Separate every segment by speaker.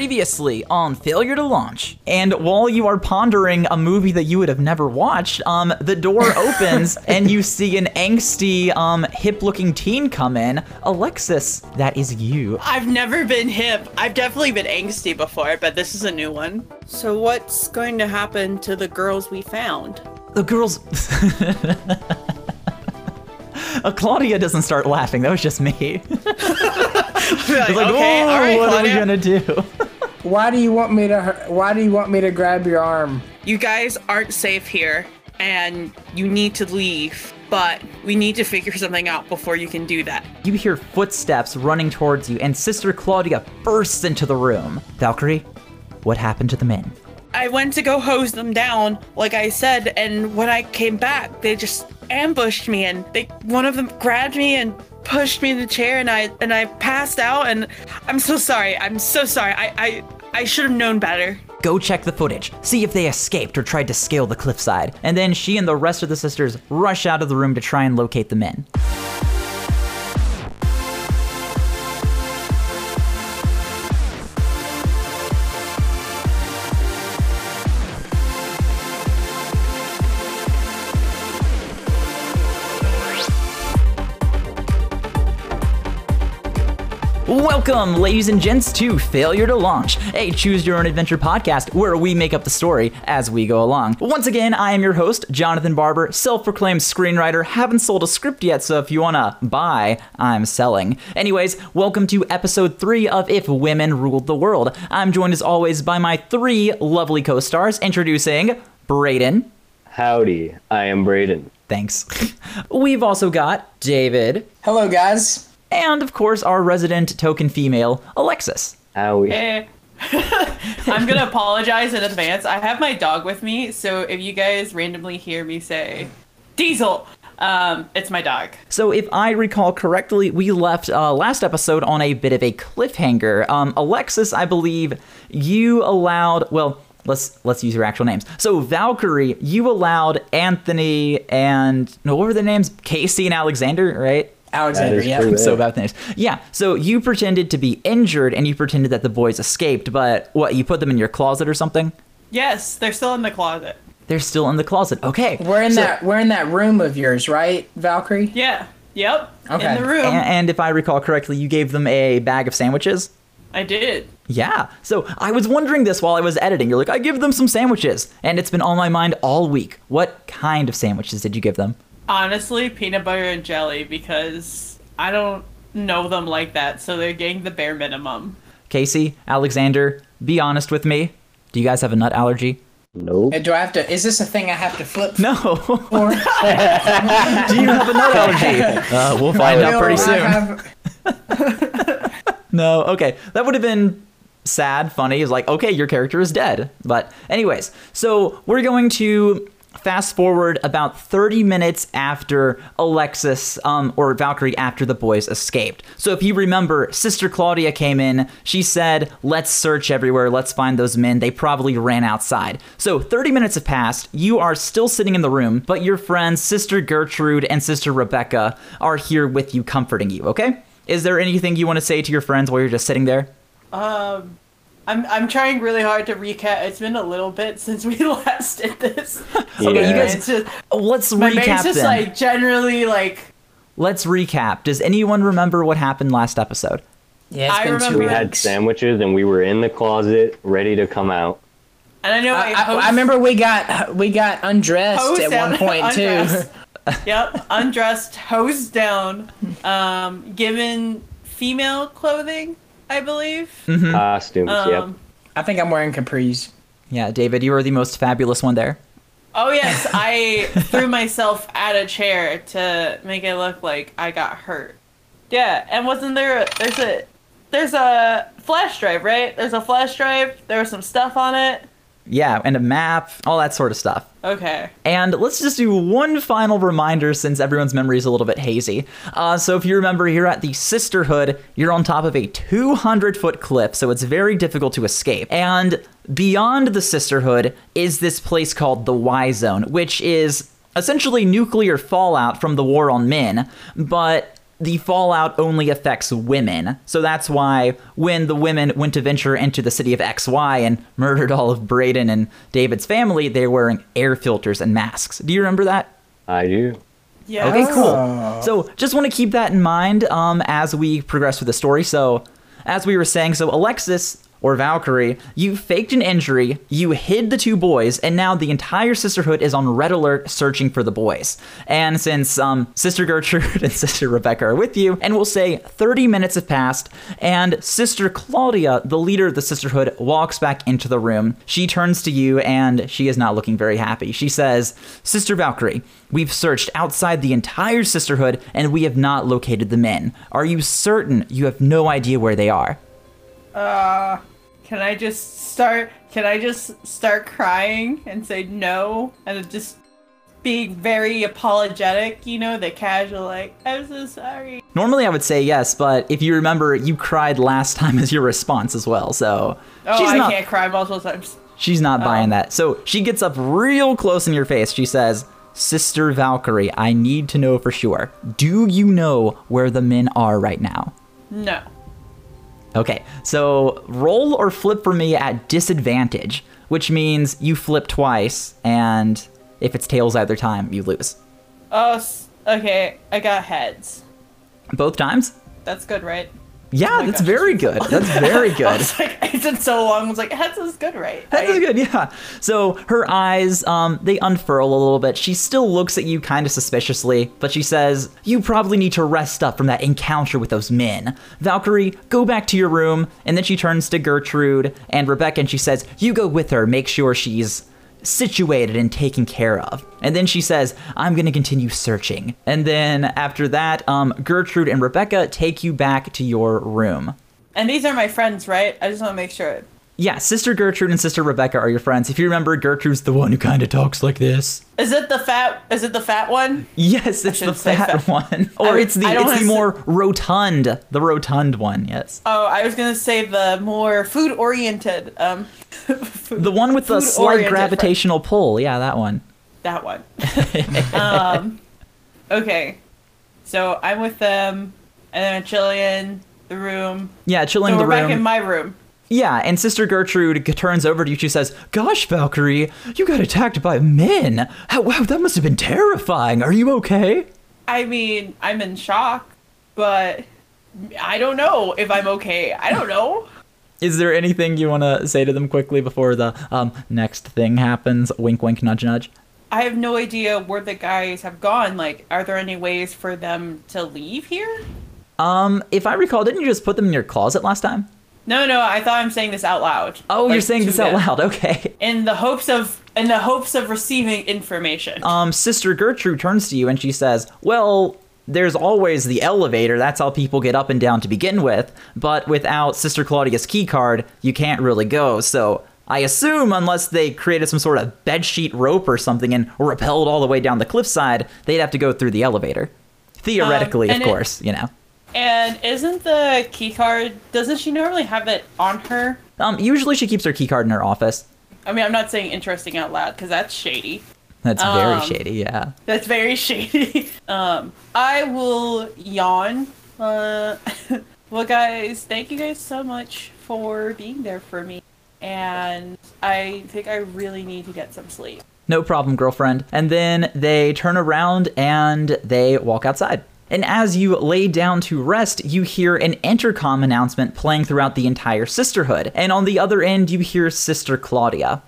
Speaker 1: Previously on Failure to Launch. And while you are pondering a movie that you would have never watched, um, the door opens and you see an angsty, um, hip looking teen come in. Alexis, that is you.
Speaker 2: I've never been hip. I've definitely been angsty before, but this is a new one. So, what's going to happen to the girls we found?
Speaker 1: The girls. Uh, Claudia doesn't start laughing. That was just me.
Speaker 2: Like,
Speaker 1: like,
Speaker 2: okay,
Speaker 1: "Oh,
Speaker 2: all right,
Speaker 1: what are we
Speaker 2: Claudia.
Speaker 1: gonna do?
Speaker 3: Why do you want me to? hu- Why do you want me to grab your arm?
Speaker 2: You guys aren't safe here, and you need to leave. But we need to figure something out before you can do that.
Speaker 1: You hear footsteps running towards you, and Sister Claudia bursts into the room. Valkyrie, what happened to the men?
Speaker 2: I went to go hose them down, like I said, and when I came back, they just ambushed me and they one of them grabbed me and pushed me in the chair and I and I passed out and I'm so sorry. I'm so sorry. I I, I should have known better.
Speaker 1: Go check the footage, see if they escaped or tried to scale the cliffside. And then she and the rest of the sisters rush out of the room to try and locate the men. Welcome, ladies and gents, to Failure to Launch, a choose your own adventure podcast where we make up the story as we go along. Once again, I am your host, Jonathan Barber, self proclaimed screenwriter. Haven't sold a script yet, so if you wanna buy, I'm selling. Anyways, welcome to episode three of If Women Ruled the World. I'm joined as always by my three lovely co stars, introducing Brayden.
Speaker 4: Howdy, I am Braden.
Speaker 1: Thanks. We've also got David,
Speaker 3: Hello, guys.
Speaker 1: and of course, our resident token female, Alexis.
Speaker 4: Howie.
Speaker 5: I'm gonna apologize in advance. I have my dog with me, so if you guys randomly hear me say Diesel, um, it's my dog.
Speaker 1: So, if I recall correctly, we left uh, last episode on a bit of a cliffhanger. Um, Alexis, I believe you allowed. Well, let's let's use your actual names. So, Valkyrie, you allowed Anthony and no, what were their names? Casey and Alexander, right?
Speaker 3: Alexander.
Speaker 4: That is
Speaker 3: Yeah.
Speaker 4: true.
Speaker 1: So about names. Yeah. So you pretended to be injured and you pretended that the boys escaped, but what? You put them in your closet or something?
Speaker 5: Yes, they're still in the closet.
Speaker 1: They're still in the closet. Okay.
Speaker 3: We're in
Speaker 1: So-
Speaker 3: that. We're in that room of yours, right, Valkyrie?
Speaker 5: Yeah. Yep.
Speaker 3: Okay.
Speaker 5: In the room.
Speaker 1: a- and if I recall correctly, you gave them a bag of sandwiches.
Speaker 5: I did.
Speaker 1: Yeah. So I was wondering this while I was editing. You're like, I give them some sandwiches. And it's been on my mind all week. What kind of sandwiches did you give them?
Speaker 5: Honestly, peanut butter and jelly because I don't know them like that, so they're getting the bare minimum.
Speaker 1: Casey, Alexander, be honest with me. Do you guys have a nut allergy?
Speaker 4: Nope.
Speaker 3: Uh, Do I have to? Is this a thing I have to flip?
Speaker 1: No.
Speaker 3: For?
Speaker 1: Do you have a nut allergy? Uh, we'll find out pretty
Speaker 3: I
Speaker 1: soon.
Speaker 3: have-
Speaker 1: No, okay. That would have been sad, funny. It's like, okay, your character is dead. But, anyways, so we're going to fast forward about 30 minutes after Alexis um, or Valkyrie after the boys escaped. So, if you remember, Sister Claudia came in. She said, let's search everywhere. Let's find those men. They probably ran outside. So, 30 minutes have passed. You are still sitting in the room, but your friends, Sister Gertrude and Sister Rebecca, are here with you, comforting you, okay? Is there anything you want to say to your friends while you're just sitting there?
Speaker 5: I'm I'm trying really hard to recap. It's been a little bit since we last did this.
Speaker 1: Okay, you
Speaker 4: Yeah.
Speaker 1: guys.
Speaker 5: It's just
Speaker 1: Oh, let's
Speaker 5: my
Speaker 1: recap
Speaker 5: brain's just
Speaker 1: then.
Speaker 5: like generally like
Speaker 1: Let's recap. Does anyone remember what happened last episode?
Speaker 3: Yeah, it's
Speaker 5: I
Speaker 3: been two
Speaker 5: remember-
Speaker 4: we had
Speaker 3: weeks.
Speaker 4: sandwiches and we were in the closet ready to come out.
Speaker 5: and I know
Speaker 3: I,
Speaker 5: I,
Speaker 3: I-
Speaker 5: host-
Speaker 3: I remember we got we got undressed
Speaker 5: hose
Speaker 3: at
Speaker 5: down,
Speaker 3: one point too.
Speaker 5: undressed. yep, undressed, hosed down, um, given female clothing, I believe.
Speaker 1: Mm-hmm.
Speaker 4: Costumes,
Speaker 5: Um,
Speaker 3: I think I'm wearing capris.
Speaker 1: Yeah, David, you were the most fabulous one there.
Speaker 5: Oh yes, I threw myself at a chair to make it look like I got hurt. Yeah, and wasn't there? A, there's a there's a flash drive, right? There's a flash drive. There was some stuff on it.
Speaker 1: Yeah, and a map, all that sort of stuff.
Speaker 5: Okay.
Speaker 1: And let's just do one final reminder since everyone's memory is a little bit hazy. Uh, so, if you remember, you're at the Sisterhood, you're on top of a 200 foot cliff, so it's very difficult to escape. And beyond the Sisterhood is this place called the Y Zone, which is essentially nuclear fallout from the war on men, but the fallout only affects women. So that's why when the women went to venture into the city of XY and murdered all of Braden and David's family, they were wearing air filters and masks. Do you remember that?
Speaker 4: I do.
Speaker 5: Yeah.
Speaker 1: Okay, cool.
Speaker 3: Oh.
Speaker 1: So just want to keep that in mind um, as we progress with the story. So, as we were saying, so Alexis or Valkyrie, you faked an injury, you hid the two boys, and now the entire sisterhood is on red alert searching for the boys. And since um, Sister Gertrude and Sister Rebecca are with you, and we'll say 30 minutes have passed, and Sister Claudia, the leader of the sisterhood, walks back into the room. She turns to you, and she is not looking very happy. She says, Sister Valkyrie, We've searched outside the entire sisterhood and we have not located the men. Are you certain you have no idea where they are?
Speaker 5: Can I just start? Can I just start crying and say no and just be very apologetic? You know, the casual like, I'm so sorry.
Speaker 1: Normally I would say yes, but if you remember, you cried last time as your response as well, so
Speaker 5: Oh,
Speaker 1: she's
Speaker 5: I
Speaker 1: not
Speaker 5: can't cry multiple times.
Speaker 1: she's
Speaker 5: Oh.
Speaker 1: not buying that. So she gets up real close in your face. She says, "Sister Valkyrie, I need to know for sure. Do you know where the men are right now?"
Speaker 5: No.
Speaker 1: Okay, so roll or flip for me at disadvantage, which means you flip twice, and if it's tails either time, you lose.
Speaker 5: Oh, s- okay. I got heads.
Speaker 1: Both times?
Speaker 5: That's good, right?
Speaker 1: Yeah,
Speaker 5: Oh my
Speaker 1: that's
Speaker 5: gosh,
Speaker 1: very good. That's very
Speaker 5: I
Speaker 1: good.
Speaker 5: was like, it's been so long. I was like, heads is good, right?
Speaker 1: That's
Speaker 5: I-
Speaker 1: good, yeah. So her eyes, um, they unfurl a little bit. She still looks at you kind of suspiciously, but she says, You probably need to rest up from that encounter with those men. Valkyrie, go back to your room. And then she turns to Gertrude and Rebecca and she says, You go with her, make sure she's situated and taken care of. And then she says, I'm going to continue searching. And then after that, um, Gertrude and Rebecca take you back to your room.
Speaker 5: And these are my friends, right? I just want to make sure.
Speaker 1: Yeah, Sister Gertrude and Sister Rebecca are your friends. If you remember, Gertrude's the one who kind of talks like this.
Speaker 5: Is it the fat? Is it the fat one?
Speaker 1: Yes, it's the
Speaker 5: shouldn't say
Speaker 1: fat
Speaker 5: fat.
Speaker 1: one, or
Speaker 5: I-
Speaker 1: it's the
Speaker 5: I don't
Speaker 1: it's the
Speaker 5: wanna
Speaker 1: more rotund, the rotund one. Yes,
Speaker 5: Oh, I was gonna say the more food oriented. Um, food-
Speaker 1: the one with the slight
Speaker 5: food-oriented
Speaker 1: gravitational pull. Yeah, that one.
Speaker 5: friend. That one. um, okay, so I'm with them, and then I chill in the room.
Speaker 1: Yeah, chilling
Speaker 5: So
Speaker 1: the
Speaker 5: we're
Speaker 1: room.
Speaker 5: back in my room.
Speaker 1: yeah, and Sister Gertrude g- turns over to you. She says, "Gosh, Valkyrie, you got attacked by men. How, wow, that must have been terrifying. Are you okay?"
Speaker 5: I mean, I'm in shock, but I don't know if I'm okay. I don't know.
Speaker 1: Is there anything you want to say to them quickly before the um, next thing happens? Wink, wink, nudge, nudge.
Speaker 5: I have no idea where the guys have gone. Like, are there any ways for them to leave here?
Speaker 1: Um, if I recall, didn't you just put them in your closet last time?
Speaker 5: No, no, I thought I'm saying this out loud.
Speaker 1: Oh,
Speaker 5: Like,
Speaker 1: you're saying
Speaker 5: to
Speaker 1: this out
Speaker 5: them.
Speaker 1: loud. Okay.
Speaker 5: In the hopes of in the hopes of receiving information.
Speaker 1: Um, Sister Gertrude turns to you and she says, "Well, there's always the elevator. That's how people get up and down to begin with. But without Sister Claudia's key card, you can't really go. So." I assume, unless they created some sort of bedsheet rope or something and rappelled all the way down the cliffside, they'd have to go through the elevator. Theoretically, of
Speaker 5: Um, and it-
Speaker 1: course, you know.
Speaker 5: and isn't the key card doesn't she normally have it on her?
Speaker 1: Um, usually she keeps her key card in her office.
Speaker 5: I mean, I'm not saying interesting out loud because that's shady.
Speaker 1: That's very
Speaker 5: Um,
Speaker 1: shady, yeah.
Speaker 5: That's very shady. um, I will yawn. Uh, well, guys, thank you guys so much for being there for me. And I think I really need to get some sleep.
Speaker 1: No problem, girlfriend. And then they turn around and they walk outside. And as you lay down to rest, you hear an intercom announcement playing throughout the entire sisterhood. And on the other end, you hear Sister Claudia.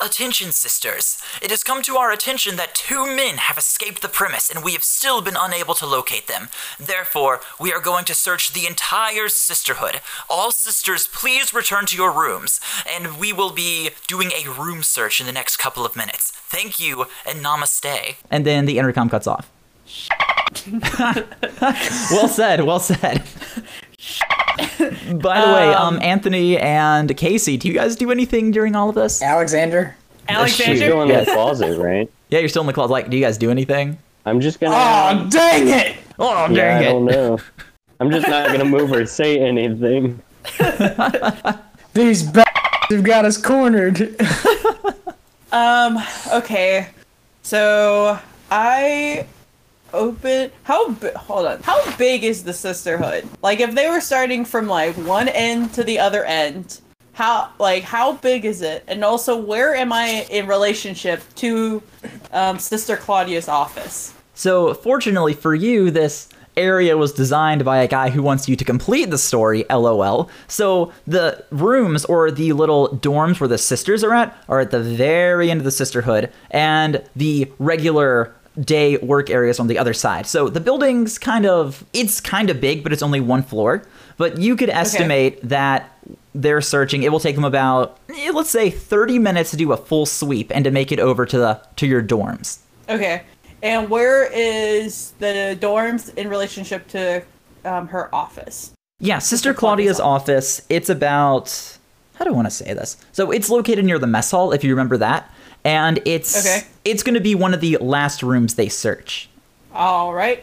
Speaker 1: Attention, sisters. It has come to our attention that two men have escaped the premise and we have still been unable to locate them. Therefore, we are going to search the entire sisterhood. All sisters, please return to your rooms, and we will be doing a room search in the next couple of minutes. Thank you, and namaste. And then the intercom cuts off. well said, well said. By the way, um, Anthony and Casey, do you guys do anything during all of this?
Speaker 3: Alexander.
Speaker 4: She's
Speaker 5: Alexander,
Speaker 4: still in the closet, right?
Speaker 1: Yeah, you're still in the closet. Like, do you guys do anything?
Speaker 4: I'm just gonna.
Speaker 3: Oh dang it!
Speaker 1: Oh,
Speaker 4: yeah, I don't
Speaker 1: it.
Speaker 4: know. I'm just not gonna move or say anything.
Speaker 3: These b- have got us cornered.
Speaker 5: Um, okay. So I open how bi- hold on how big is the sisterhood like if they were starting from like one end to the other end how like how big is it and also where am i in relationship to um, sister claudia's office
Speaker 1: So, fortunately for you, this area was designed by a guy who wants you to complete the story, lol. So, the rooms or the little dorms where the sisters are at are at the very end of the sisterhood, and the regular day work areas on the other side. So, the building's kind of it's kind of big, but it's only one floor, but you could estimate that they're searching. It will take them about eh, let's say 30 minutes to do a full sweep and to make it over to the to your dorms.
Speaker 5: okay and where is the dorms in relationship to um, her office
Speaker 1: Yeah, Sister Claudia's office. It's about how do I want to say this? So it's located near the mess hall, if you remember that, and it's
Speaker 5: Okay.
Speaker 1: it's going to be one of the last rooms they search.
Speaker 5: All right.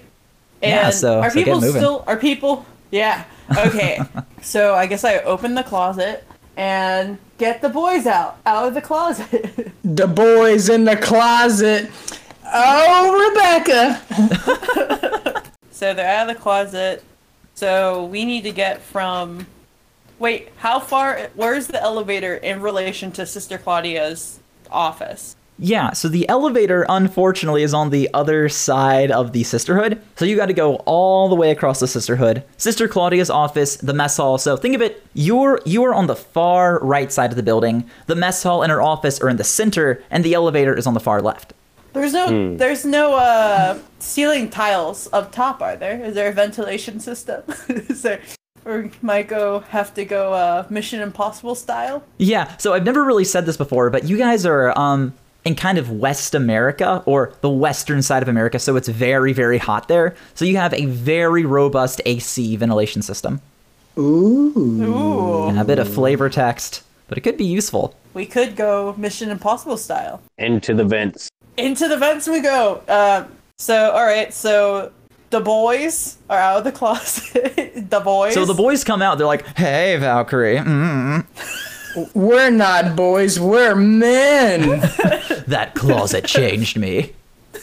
Speaker 5: And
Speaker 1: Yeah, so-
Speaker 5: are
Speaker 1: so get
Speaker 5: people
Speaker 1: moving.
Speaker 5: still are people yeah. Okay. so I guess I open the closet and get the boys out out of the closet.
Speaker 3: The boys in the closet. Oh, Rebecca.
Speaker 5: so they're out of the closet. So we need to get from Wait, how far where's the elevator in relation to Sister Claudia's office?
Speaker 1: Yeah, so the elevator unfortunately is on the other side of the sisterhood. So you got to go all the way across the sisterhood. Sister Claudia's office, the mess hall. So think of it, you're you are on the far right side of the building. The mess hall and her office are in the center and the elevator is on the far left.
Speaker 5: There's no there's no uh ceiling tiles up top, are there? Is there a ventilation system? Is there or might go have to go uh Mission Impossible style?
Speaker 1: Yeah, so I've never really said this before, but you guys are um, in kind of West America or the western side of America, so it's very, very hot there. So you have a very robust AC ventilation system.
Speaker 5: Ooh.
Speaker 1: A bit of flavor text, but it could be useful.
Speaker 5: We could go Mission Impossible style.
Speaker 4: Into the vents.
Speaker 5: Into the vents we go. Um so all right, so the boys are out of the closet. the boys.
Speaker 1: So the boys come out, they're like, hey, Valkyrie, mm,
Speaker 3: We're not boys, we're men.
Speaker 1: that closet changed me.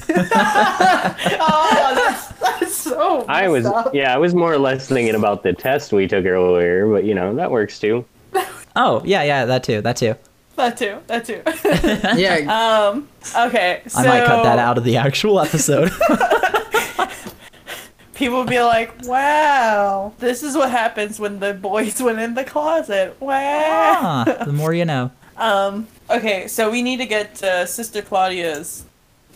Speaker 5: Oh, that's, that's so.
Speaker 4: I was,
Speaker 5: messed up.
Speaker 4: yeah, I was more or less thinking about the test we took earlier, but you know, that works too.
Speaker 1: Oh, yeah, yeah, that too, that too.
Speaker 5: That too. That too.
Speaker 3: yeah.
Speaker 5: okay. So
Speaker 1: I might cut that out of the actual episode.
Speaker 5: people would be like, "Wow, this is what happens when the boys went in the closet." Wow. Um,
Speaker 1: Ah, the more you know.
Speaker 5: Okay, so we need to get to Sister Claudia's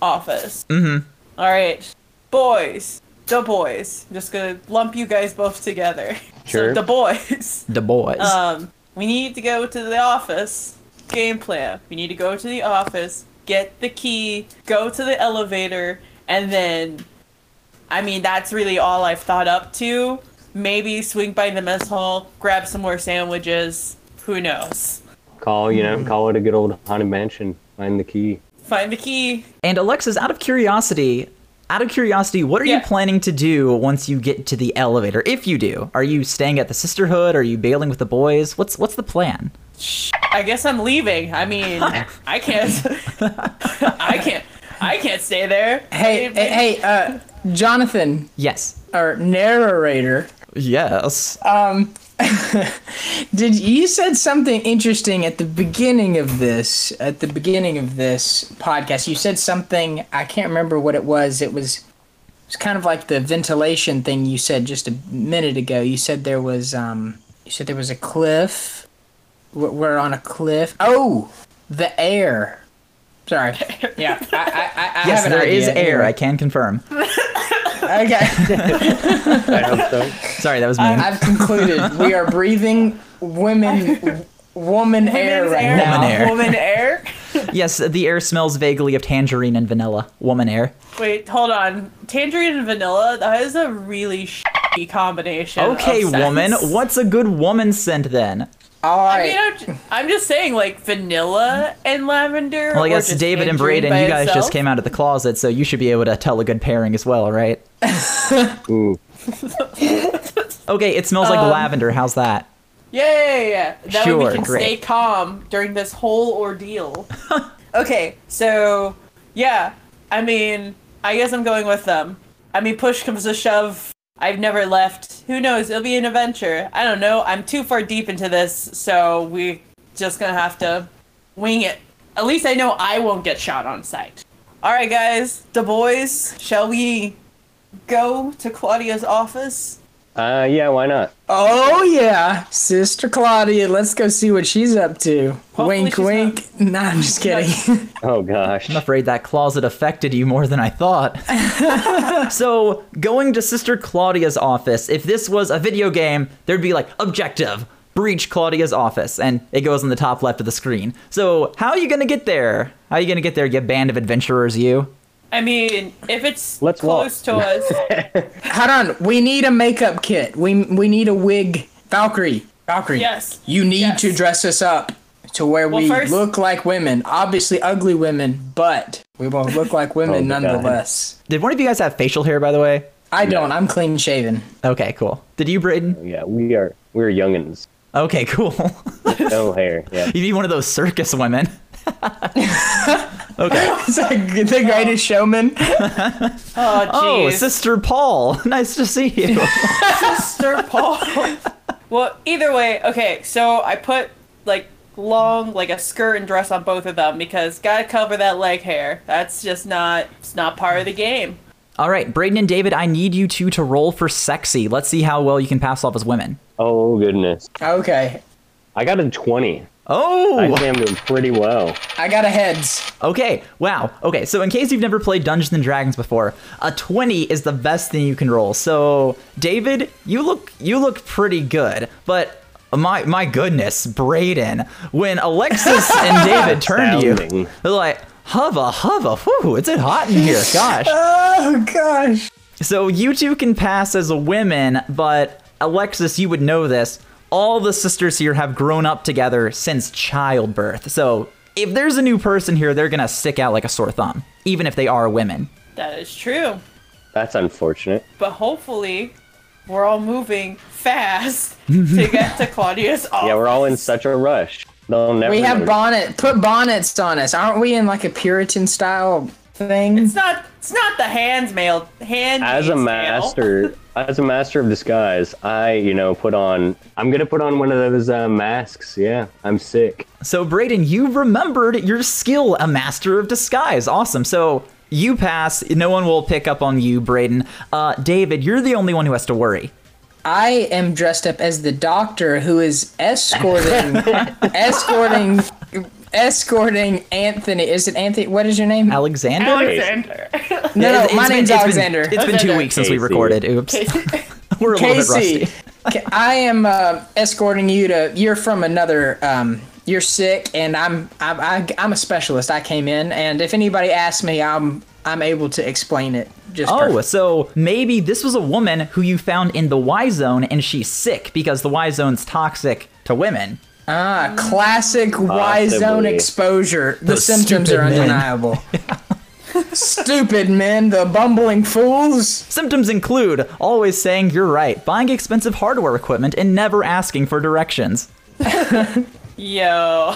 Speaker 5: office. Mm-hmm. All right, boys, the boys. I'm just gonna lump you guys both together.
Speaker 4: Sure.
Speaker 5: So the boys.
Speaker 1: The boys.
Speaker 5: Um, we need to go to the office. Game plan. We need to go to the office, get the key, go to the elevator, and then. I mean, that's really all I've thought up to. Maybe swing by the mess hall, grab some more sandwiches. Who knows?
Speaker 4: Call, you
Speaker 1: Mm.
Speaker 4: know, call it a good old haunted mansion. Find the key.
Speaker 5: Find the key,
Speaker 1: And Alexis, out of curiosity, out of curiosity, what are you
Speaker 5: Yeah.
Speaker 1: planning to do once you get to the elevator? If you do, are you staying at the sisterhood? Are you bailing with the boys? What's what's the plan?
Speaker 5: I guess I'm leaving. I mean, I can't. I can't. I can't stay there.
Speaker 3: Hey,
Speaker 5: I-
Speaker 3: hey, uh, Jonathan,
Speaker 1: Yes.
Speaker 3: our narrator.
Speaker 1: Yes.
Speaker 3: Um, did you said something interesting at the beginning of this? At the beginning of this podcast, you said something. I can't remember what it was. It was. It's kind of like the ventilation thing you said just a minute ago. You said there was. Um, you said there was a cliff. We're- We're on a cliff. Oh, the air. Sorry. Yeah. I, I, I, I
Speaker 1: yes,
Speaker 3: have an
Speaker 1: there is
Speaker 3: idea.
Speaker 1: air. I can confirm.
Speaker 3: Okay.
Speaker 4: I hope so.
Speaker 1: Sorry, that was mean.
Speaker 3: I've concluded we are breathing women, w- woman air
Speaker 5: woman's
Speaker 3: right
Speaker 5: air.
Speaker 3: now.
Speaker 1: Woman air.
Speaker 5: Woman air.
Speaker 1: yes, the air smells vaguely of tangerine and vanilla. Woman air.
Speaker 5: Wait, hold on. Tangerine and vanilla. That is a really shitty combination. of
Speaker 1: Okay,
Speaker 5: scents.
Speaker 1: woman. What's a good woman scent then?
Speaker 3: All
Speaker 5: I mean,
Speaker 3: right,
Speaker 5: I'm ju- I'm just saying, like vanilla and lavender.
Speaker 1: Well, I
Speaker 5: or
Speaker 1: guess
Speaker 5: just
Speaker 1: David and
Speaker 5: tangerine
Speaker 1: Braden,
Speaker 5: by
Speaker 1: you guys
Speaker 5: itself.
Speaker 1: just came out of the closet, so you should be able to tell a good pairing as well, right?
Speaker 4: Ooh.
Speaker 1: Okay, it smells
Speaker 5: Um,
Speaker 1: like lavender. How's that?
Speaker 5: Yeah, yeah, yeah, yeah. That way
Speaker 1: Sure,
Speaker 5: we can
Speaker 1: great.
Speaker 5: stay calm during this whole ordeal. okay, so yeah, I mean, I guess I'm going with them. I mean, push comes to shove. I've never left. Who knows? It'll be an adventure. I don't know. I'm too far deep into this, so we just gonna have to wing it. At least I know I won't get shot on sight. All right, guys, the boys, shall we go to Claudia's office?
Speaker 4: Uh, yeah, why not?
Speaker 3: Oh yeah, Sister Claudia. Let's go see what she's up to. wink,
Speaker 5: she's
Speaker 3: wink. Nah, I'm just kidding.
Speaker 4: Oh gosh.
Speaker 1: I'm afraid that closet affected you more than I thought. so, going to Sister Claudia's office, if this was a video game, there'd be like, objective, breach Claudia's office, and it goes on the top left of the screen. So, how are you gonna get there? How are you gonna get there, you band of adventurers, you?
Speaker 5: I mean, if it's
Speaker 4: Let's
Speaker 5: close to us,
Speaker 3: Hold on. We need a makeup kit. We we need a wig. Valkyrie. Valkyrie.
Speaker 5: Yes.
Speaker 3: You need
Speaker 5: Yes.
Speaker 3: to dress us up to where
Speaker 5: Well,
Speaker 3: we
Speaker 5: first-
Speaker 3: look like women. Obviously, ugly women, but we won't look like women
Speaker 4: Oh, God.
Speaker 3: nonetheless.
Speaker 1: Did one of you guys have facial hair, by the way?
Speaker 3: I don't. I'm clean shaven.
Speaker 1: Okay, cool. Did you, Brayden?
Speaker 4: Yeah, we are we're youngins.
Speaker 1: Okay, cool.
Speaker 4: No hair. Yeah.
Speaker 1: You'd be one of those circus women. okay.
Speaker 3: It's like the greatest showman.
Speaker 5: oh,
Speaker 1: Oh,
Speaker 5: jeez.
Speaker 1: Sister Paul. Nice to see you.
Speaker 5: Sir Paul. well, either way, okay, so I put like long like a skirt and dress on both of them because gotta cover that leg hair. That's just not it's not part of the game.
Speaker 1: All right, Braden and David, I need you two to roll for sexy. Let's see how well you can pass off as women.
Speaker 4: Oh goodness.
Speaker 3: Okay.
Speaker 4: I got a twenty. I
Speaker 1: Oh,
Speaker 4: think I'm doing pretty well.
Speaker 3: I got a heads.
Speaker 1: okay. Wow. Okay, so in case you've never played Dungeons and Dragons before, a 20 is the best thing you can roll. So, David, you look you look pretty good, but my my goodness, Braden, when Alexis and David turned to you,
Speaker 4: Astounding.
Speaker 1: they're like, "Hava, hava, whoo, it's hot in here." Gosh.
Speaker 3: Oh gosh.
Speaker 1: So you two can pass as women, but Alexis, you would know this. All the sisters here have grown up together since childbirth. So if there's a new person here, they're gonna stick out like a sore thumb, even if they are women.
Speaker 5: That is true.
Speaker 4: That's unfortunate.
Speaker 5: But hopefully we're all moving fast to get to Claudia's office.
Speaker 4: Yeah, we're all in such a rush. They'll never
Speaker 3: We have
Speaker 4: notice.
Speaker 3: bonnet. Put bonnets on us. Aren't we in like a Puritan style thing?
Speaker 5: it's not it's not the hands mail hand
Speaker 4: as a
Speaker 5: mail.
Speaker 4: master as a master of disguise, I, you know, put on I'm gonna put on one of those uh, masks. Yeah. I'm sick.
Speaker 1: So Braden, you remembered your skill, a master of disguise. Awesome. So you pass. No one will pick up on you, Braden. Uh, David, you're the only one who has to worry.
Speaker 3: I am dressed up as the doctor who is escorting, escorting, escorting Anthony. Is it Anthony? What is your name?
Speaker 1: Alexander.
Speaker 5: Alexander.
Speaker 3: no, no,
Speaker 1: It's-
Speaker 3: my
Speaker 1: it's been- it's
Speaker 3: name's
Speaker 1: been-
Speaker 3: Alexander.
Speaker 1: it's been two
Speaker 5: Alexander.
Speaker 1: weeks since we
Speaker 4: Casey.
Speaker 1: recorded. Oops. We're a little bit rusty.
Speaker 3: Casey, Ca- I am uh, escorting you to. You're from another. Um, you're sick, and I'm I'm I, I'm a specialist. I came in, and if anybody asks me, I'm I'm able to explain it. Just
Speaker 1: Oh,
Speaker 3: perfect.
Speaker 1: so maybe this was a woman who you found in the Y zone and she's sick because the Y zone's toxic to women.
Speaker 3: Ah, classic Y zone
Speaker 4: Possibly.
Speaker 3: exposure. The
Speaker 1: Those
Speaker 3: symptoms
Speaker 1: stupid
Speaker 3: are
Speaker 1: men.
Speaker 3: undeniable. stupid men, the bumbling fools.
Speaker 1: Symptoms include always saying you're right, buying expensive hardware equipment, and never asking for directions.
Speaker 5: Yo.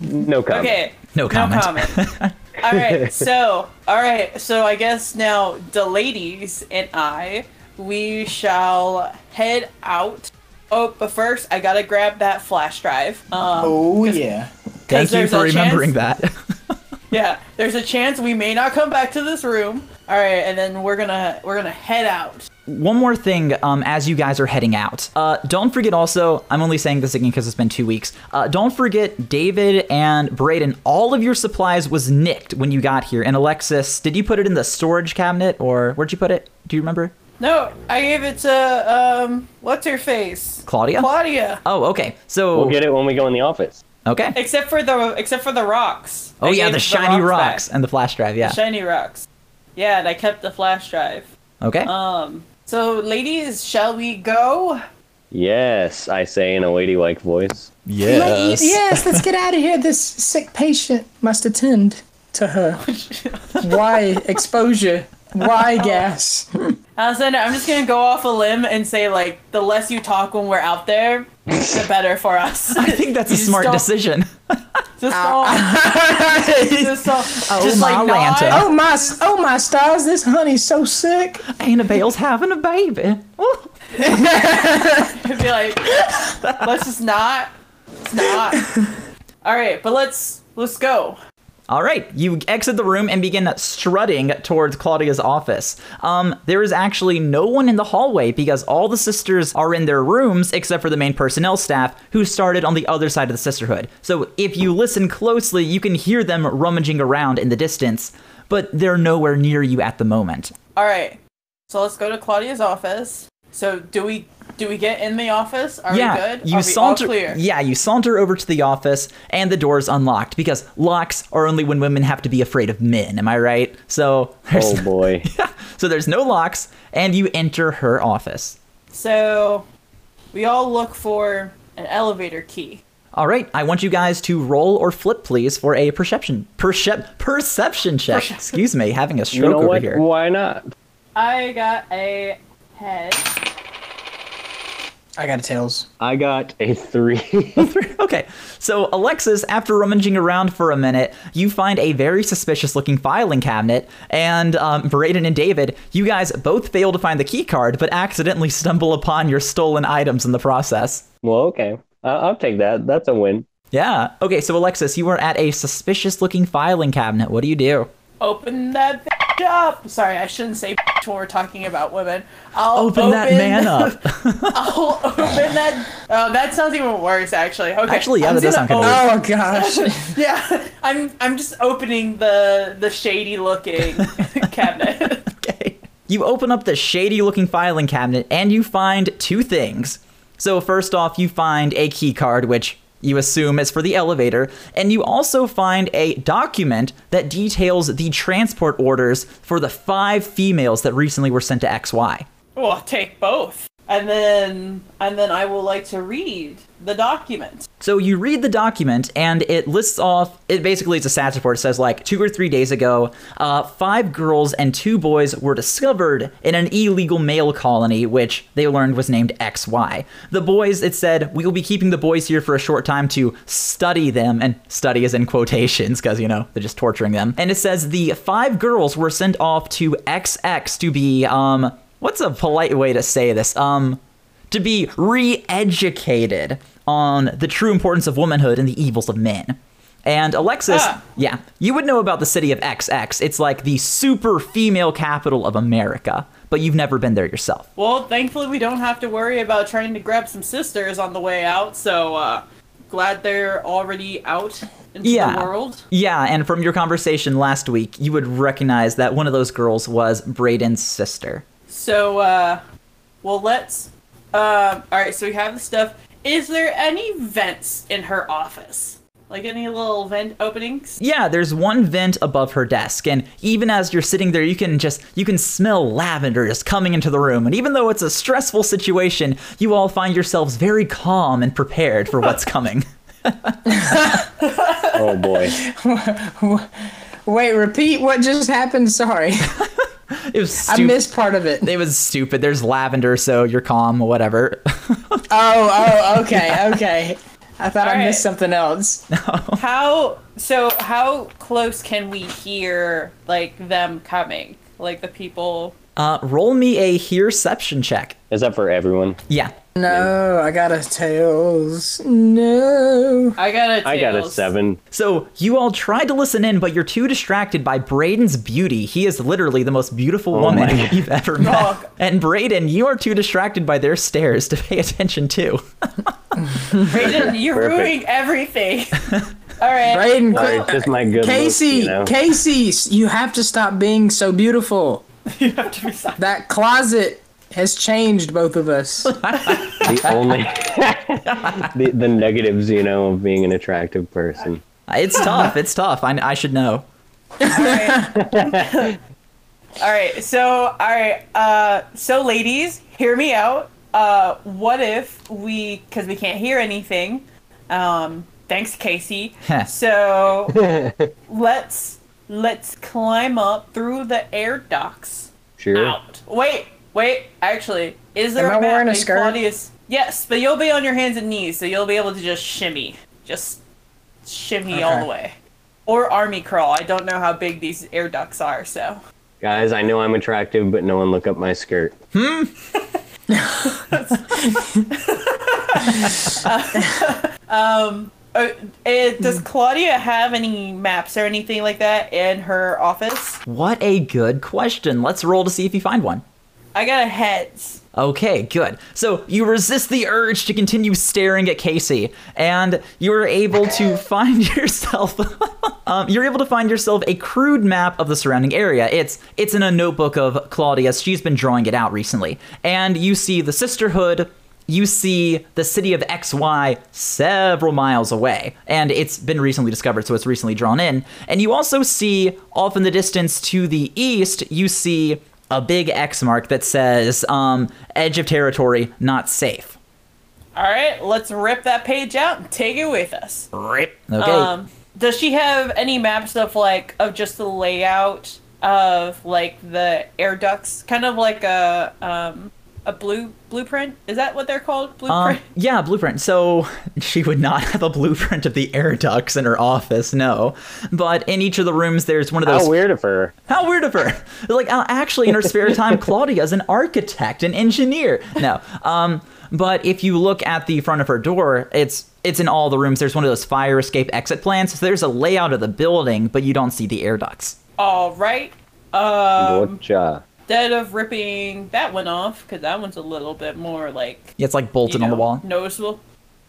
Speaker 4: No comment.
Speaker 5: Okay.
Speaker 1: No comment.
Speaker 5: all right. So, all right. So, I guess now the ladies and I, we shall head out. Oh, but first, I gotta grab that flash drive. Um,
Speaker 3: Oh yeah.
Speaker 1: Thank you
Speaker 5: there's
Speaker 1: for
Speaker 5: a chance-
Speaker 1: remembering that.
Speaker 5: Yeah, there's a chance we may not come back to this room. All right, and then we're gonna we're gonna head out.
Speaker 1: One more thing um, as you guys are heading out. Uh, don't forget also, I'm only saying this again because it's been two weeks. Uh, don't forget, David and Brayden, all of your supplies was nicked when you got here. And Alexis, did you put it in the storage cabinet or where'd you put it? Do you remember?
Speaker 5: No, I gave it to um, what's her face,
Speaker 1: Claudia?
Speaker 5: Claudia.
Speaker 1: Oh, okay. So
Speaker 4: We'll get it when we go in the office.
Speaker 1: okay.
Speaker 5: Except for the except for the rocks.
Speaker 1: Oh
Speaker 5: I
Speaker 1: yeah,
Speaker 5: gave
Speaker 1: the shiny
Speaker 5: back.
Speaker 1: rocks and the flash drive. Yeah.
Speaker 5: Shiny rocks. Yeah, and I kept the flash drive.
Speaker 1: Okay.
Speaker 5: Um, so ladies, shall we go?
Speaker 4: Yes, I say in a ladylike voice.
Speaker 3: Yes. yes, let's get out of here. This sick patient must attend to her. Why exposure? Why gas?
Speaker 5: Alexander, I'm just gonna go off a limb and say like the less you talk when we're out there, the better for us.
Speaker 1: I think that's a
Speaker 5: You just
Speaker 1: smart
Speaker 5: don't-
Speaker 1: decision.
Speaker 5: Just don't, just don't,
Speaker 1: Oh,
Speaker 5: just
Speaker 1: my
Speaker 5: like nod.
Speaker 1: lanta.
Speaker 3: oh my! Oh my stars! This honey's so sick.
Speaker 1: Annabelle's having a baby. Ooh.
Speaker 5: and be like, let's just not, let's not. All right, but let's let's go.
Speaker 1: All right, you exit the room and begin strutting towards Claudia's office. Um, there is actually no one in the hallway because all the sisters are in their rooms except for the main personnel staff who started on the other side of the sisterhood. So if you listen closely, you can hear them rummaging around in the distance, but they're nowhere near you at the moment.
Speaker 5: All right, so let's go to Claudia's office. So do we do we get in the office? Are
Speaker 1: yeah,
Speaker 5: we good?
Speaker 1: you
Speaker 5: Are we
Speaker 1: saunter.
Speaker 5: all clear?
Speaker 1: Yeah, you saunter over to the office, and the door is unlocked because locks are only when women have to be afraid of men. Am I right? So there's,
Speaker 4: Oh boy.
Speaker 1: so there's no locks, and you enter her office.
Speaker 5: So we all look for an elevator key.
Speaker 1: All right, I want you guys to roll or flip, please, for a perception percep- perception check. Excuse me, having a
Speaker 4: you
Speaker 1: stroke
Speaker 4: know
Speaker 1: over
Speaker 4: what?
Speaker 1: here.
Speaker 4: Why not?
Speaker 5: I got a head.
Speaker 3: I got a tails.
Speaker 4: I got a three.
Speaker 1: okay, so Alexis, after rummaging around for a minute, you find a very suspicious looking filing cabinet, and um, Brayden and David, you guys both fail to find the key card, but accidentally stumble upon your stolen items in the process.
Speaker 4: well, okay. I- I'll take that. That's a win.
Speaker 1: Yeah. Okay, so Alexis, you are at a suspicious looking filing cabinet. What do you do?
Speaker 5: Open that bitch up. Sorry, I shouldn't say bitch when we're talking about women. I'll
Speaker 1: Open, that man up.
Speaker 5: I'll open that. Oh, that sounds even worse, actually. Okay.
Speaker 1: Actually, yeah,
Speaker 5: I'm
Speaker 1: that does
Speaker 5: gonna
Speaker 1: sound kinda
Speaker 3: Oh
Speaker 5: open-
Speaker 3: gosh!
Speaker 5: Yeah, I'm. I'm just opening the the shady looking cabinet.
Speaker 1: Okay. You open up the shady looking filing cabinet and you find two things. So, first off, you find a key card, which you assume is for the elevator, and you also find a document that details the transport orders for the five females that recently were sent to XY.
Speaker 5: Well, I'll take both, and then and then I will like to read the document.
Speaker 1: So you read the document, and it lists off. It basically it's a stats report. It says like two or three days ago, uh, five girls and two boys were discovered in an illegal male colony, which they learned was named X Y. The boys, it said, we will be keeping the boys here for a short time to study them, and study is in quotations because you know they're just torturing them. And it says the five girls were sent off to XX to be um, what's a polite way to say this um to be re educated on the true importance of womanhood and the evils of men. And Alexis,
Speaker 5: Ah.
Speaker 1: yeah, you would know about the city of XX. It's like the super female capital of America, but you've never been there yourself.
Speaker 5: Well, thankfully we don't have to worry about trying to grab some sisters on the way out. So uh, glad they're already out into
Speaker 1: Yeah.
Speaker 5: the world.
Speaker 1: Yeah, and from your conversation last week, you would recognize that one of those girls was Braden's sister.
Speaker 5: So, uh, well, let's. Um, all right, so we have the stuff. Is there any vents in her office? Like any little vent openings?
Speaker 1: Yeah, there's one vent above her desk, and even as you're sitting there, you can just you can smell lavender just coming into the room. And even though it's a stressful situation, you all find yourselves very calm and prepared for what's coming.
Speaker 4: Oh boy.
Speaker 3: Wait, repeat what just happened. Sorry,
Speaker 1: It was
Speaker 3: I
Speaker 1: stupid.
Speaker 3: missed part of it.
Speaker 1: it was stupid. There's lavender, so you're calm, whatever.
Speaker 3: Oh, oh, okay, okay. I thought I
Speaker 5: Alright.
Speaker 3: missed something else.
Speaker 5: How so? How close can we hear like them coming? Like the people?
Speaker 1: Uh, roll me a hearception check.
Speaker 4: Is that for everyone?
Speaker 1: Yeah.
Speaker 3: No, I got a tails. No.
Speaker 5: I got a.
Speaker 4: I got a
Speaker 5: tails.
Speaker 4: seven.
Speaker 1: So you all tried to listen in, but you're too distracted by Braden's beauty. He is literally the most beautiful woman
Speaker 4: my
Speaker 1: you've ever met.
Speaker 5: Oh.
Speaker 1: And Braden, you are too distracted by their stares to pay attention to.
Speaker 5: Brayden, you're
Speaker 4: Perfect.
Speaker 5: ruining everything. all right.
Speaker 3: Braden,
Speaker 4: All right, just my good.
Speaker 3: Casey,
Speaker 4: looks, you know.
Speaker 3: Casey, s- you have to stop being so beautiful.
Speaker 5: You have to be silent.
Speaker 3: That closet has changed both of us.
Speaker 4: the only the, the negatives, you know, of being an attractive person.
Speaker 1: It's tough. It's tough. I, I should know.
Speaker 5: All right, so all right, uh, so ladies, hear me out. Uh, what if we, because we can't hear anything? Um, thanks, Casey. so let's let's climb up through the air ducts
Speaker 4: Sure.
Speaker 5: out. Wait, Wait, actually, is there
Speaker 3: Am
Speaker 5: a
Speaker 3: I
Speaker 5: map
Speaker 3: wearing a
Speaker 5: in
Speaker 3: skirt?
Speaker 5: Claudius? Yes, but you'll be on your hands and knees, so you'll be able to just shimmy, just shimmy all
Speaker 3: Okay.
Speaker 5: the way, or army crawl. I don't know how big these air ducts are, so
Speaker 4: Guys, I know I'm attractive, but no one look up my skirt.
Speaker 5: Uh, eh, does Claudia have any maps or anything like that in her office?
Speaker 1: What a good question. Let's roll to see if you find one.
Speaker 5: I got a heads.
Speaker 1: Okay, good. So you resist the urge to continue staring at Casey, and you are able to find yourself. um, you're able to find yourself a crude map of the surrounding area. It's it's in a notebook of Claudius. She's been drawing it out recently, and you see the Sisterhood. You see the city of XY several miles away, and it's been recently discovered, so it's recently drawn in. And you also see off in the distance to the east, you see a big X mark that says um, "Edge of Territory, not safe."
Speaker 5: All right, let's rip that page out and take it with us.
Speaker 1: Rip. Okay.
Speaker 5: Um, does she have any maps of like of just the layout of like the air ducts, kind of like a um a blue blueprint? Is that what they're called?
Speaker 1: Um,
Speaker 5: Blueprint.
Speaker 1: yeah, blueprint. So she would not have a blueprint of the air ducts in her office, no. But in each of the rooms, there's one of those.
Speaker 4: How weird of her.
Speaker 1: How weird of her! Like, uh, actually, in her spare time, Claudia's an architect, an engineer. No, um, but if you look at the front of her door, it's it's in all the rooms. There's one of those fire escape exit plans. So there's a layout of the building, but you don't see the air ducts.
Speaker 5: All right. Um,
Speaker 4: Gotcha.
Speaker 5: instead of ripping that one off, because that one's a little bit more like
Speaker 1: Yeah, It's like bolted
Speaker 5: you
Speaker 1: on the
Speaker 5: know,
Speaker 1: wall.
Speaker 5: Noticeable.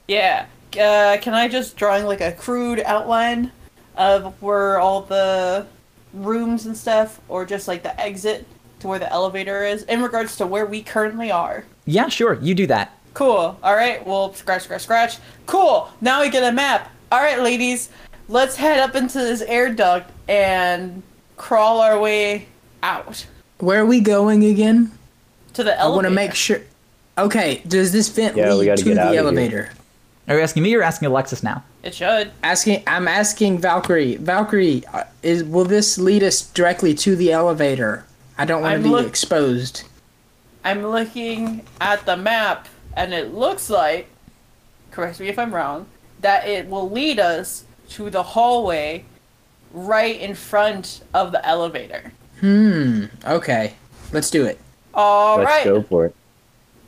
Speaker 5: Yeah. Uh, can I just drawing like a crude outline of where all the rooms and stuff, or just like the exit to where the elevator is, in regards to where we currently are?
Speaker 1: Yeah, sure, you do that.
Speaker 5: Cool. All right. Well, scratch, scratch, scratch. Cool. Now we get a map. All right, ladies, let's head up into this air duct and crawl our way out
Speaker 3: Where are we going again?
Speaker 5: to the
Speaker 3: I
Speaker 5: elevator.
Speaker 3: want to make sure. Okay, does this vent
Speaker 4: Yeah, we
Speaker 3: lead
Speaker 4: gotta
Speaker 3: to
Speaker 4: get
Speaker 3: the
Speaker 4: outta here.
Speaker 3: elevator?
Speaker 1: Are you asking me or asking Alexis now?
Speaker 5: it should.
Speaker 3: Asking, I'm asking Valkyrie. Valkyrie, uh, is will this lead us directly to the elevator? I don't want
Speaker 5: I'm
Speaker 3: to be
Speaker 5: look-
Speaker 3: exposed.
Speaker 5: I'm looking at the map, and it looks like, correct me if I'm wrong, that it will lead us to the hallway right in front of the elevator.
Speaker 3: Okay, let's do it.
Speaker 5: All
Speaker 4: Let's
Speaker 5: right,
Speaker 4: go for it.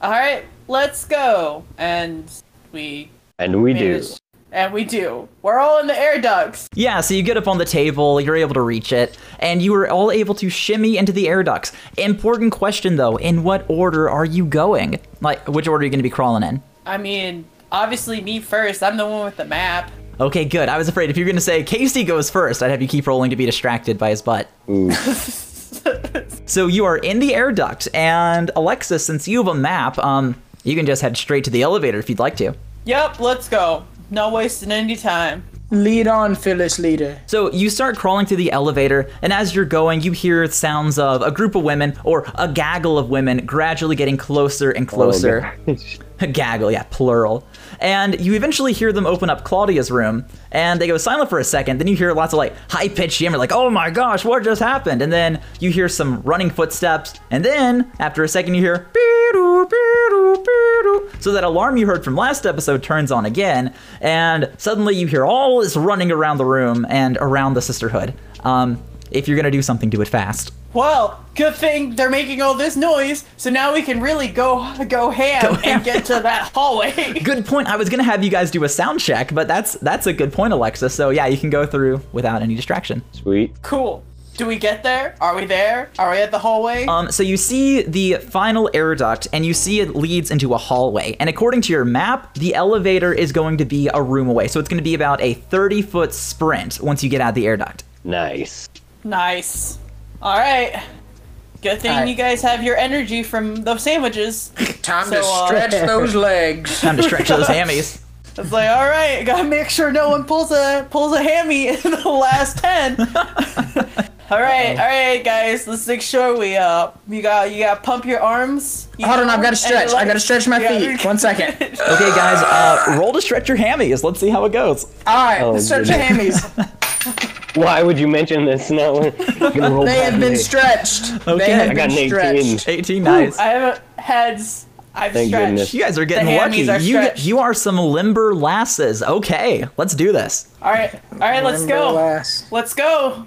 Speaker 5: all right, let's go. And we
Speaker 4: And we do.
Speaker 5: managed- and we do. We're all in the air ducts.
Speaker 1: Yeah, so you get up on the table, you're able to reach it, and you are all able to shimmy into the air ducts. Important question though, in what order are you going? Like, which order are you going to be crawling in?
Speaker 5: I mean, obviously me first. I'm the one with the map.
Speaker 1: Okay, good. I was afraid if you're going to say Casey goes first, I'd have you keep rolling to be distracted by his butt. so you are in the air duct, and Alexis, since you have a map, um, you can just head straight to the elevator if you'd like to.
Speaker 5: Yep, let's go. No wasting any time.
Speaker 3: Lead on, Phyllis leader.
Speaker 1: So you start crawling through the elevator, and as you're going, you hear sounds of a group of women or a gaggle of women gradually getting closer and closer.
Speaker 4: Oh,
Speaker 1: A gaggle, yeah, plural. And you eventually hear them open up Claudia's room, and they go silent for a second. Then you hear lots of like high pitched yammer, like, oh my gosh, what just happened? And then you hear some running footsteps, and then after a second, you hear, "Beedoo, beedoo, beedoo." so that alarm you heard from last episode turns on again, and suddenly you hear all this running around the room and around the sisterhood. Um, if you're gonna do something, do it fast.
Speaker 5: Well, good thing they're making all this noise, so now we can really go go ham and get to that hallway.
Speaker 1: Good point. I was gonna have you guys do a sound check, but that's that's a good point, Alexa. So yeah, you can go through without any distraction.
Speaker 4: Sweet.
Speaker 5: cool. Do we get there? Are we there? Are we at the hallway?
Speaker 3: Uh,
Speaker 1: Um, so you see the final air duct, and you see it leads into a hallway. And according to your map, the elevator is going to be a room away. So it's going to be about a 30 foot sprint once you get out of the air duct.
Speaker 4: Nice.
Speaker 5: nice. All right. Good thing
Speaker 3: All right.
Speaker 5: you guys have your energy from those sandwiches.
Speaker 3: Time
Speaker 5: So, uh,
Speaker 3: those legs.
Speaker 1: Time to stretch those hammies.
Speaker 5: It's like, all right, gotta make sure no one pulls a pulls a hammy in the last ten. all right, all right, guys, let's make sure we uh, you got you got to pump your arms. you
Speaker 3: Hold on,
Speaker 5: know,
Speaker 3: I've got to
Speaker 5: and
Speaker 3: stretch.
Speaker 5: your
Speaker 3: I got to
Speaker 5: legs.
Speaker 3: stretch my
Speaker 5: Yeah.
Speaker 3: feet. One second.
Speaker 1: Okay, guys, uh, roll to stretch your hammies. Let's see how it goes.
Speaker 3: All right,
Speaker 4: Oh,
Speaker 3: let's stretch the hammies.
Speaker 4: Why would you mention this? No.
Speaker 3: They have been stretched. They
Speaker 1: Okay.
Speaker 3: have
Speaker 1: I
Speaker 4: got
Speaker 3: been
Speaker 4: an 18.
Speaker 3: stretched.
Speaker 1: 18
Speaker 5: Ooh,
Speaker 1: nice.
Speaker 5: I have heads. I've
Speaker 4: Thank
Speaker 5: stretched.
Speaker 4: goodness.
Speaker 1: you guys are getting
Speaker 5: The
Speaker 1: lucky.
Speaker 5: hammies are
Speaker 1: you
Speaker 5: stretched.
Speaker 1: you are some limber lasses. Okay, let's do this.
Speaker 5: All right, all right, let's
Speaker 3: Remember
Speaker 5: go.
Speaker 3: last.
Speaker 5: Let's go.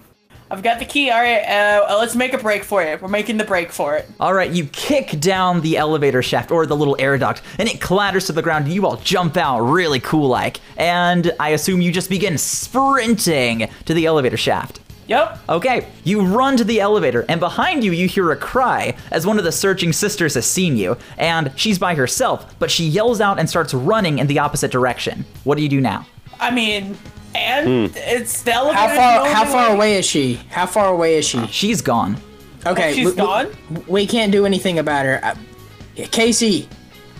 Speaker 5: I've got the key. All right, uh, let's make a break for it. We're making the break for it.
Speaker 1: All right, you kick down the elevator shaft or the little air duct, and it clatters to the ground. You all jump out really cool like, and I assume you just begin sprinting to the elevator shaft.
Speaker 5: Yep.
Speaker 1: Okay, you run to the elevator, and behind you, you hear a cry as one of the searching sisters has seen you, and she's by herself, but she yells out and starts running in the opposite direction. What do you do now?
Speaker 5: I mean, and
Speaker 1: Hmm.
Speaker 5: it's the elevator.
Speaker 3: How far? How far away is she? How far away is she?
Speaker 1: She's gone.
Speaker 3: Okay,
Speaker 5: She's
Speaker 3: we- we-
Speaker 5: gone.
Speaker 3: We can't do anything about her. I- Casey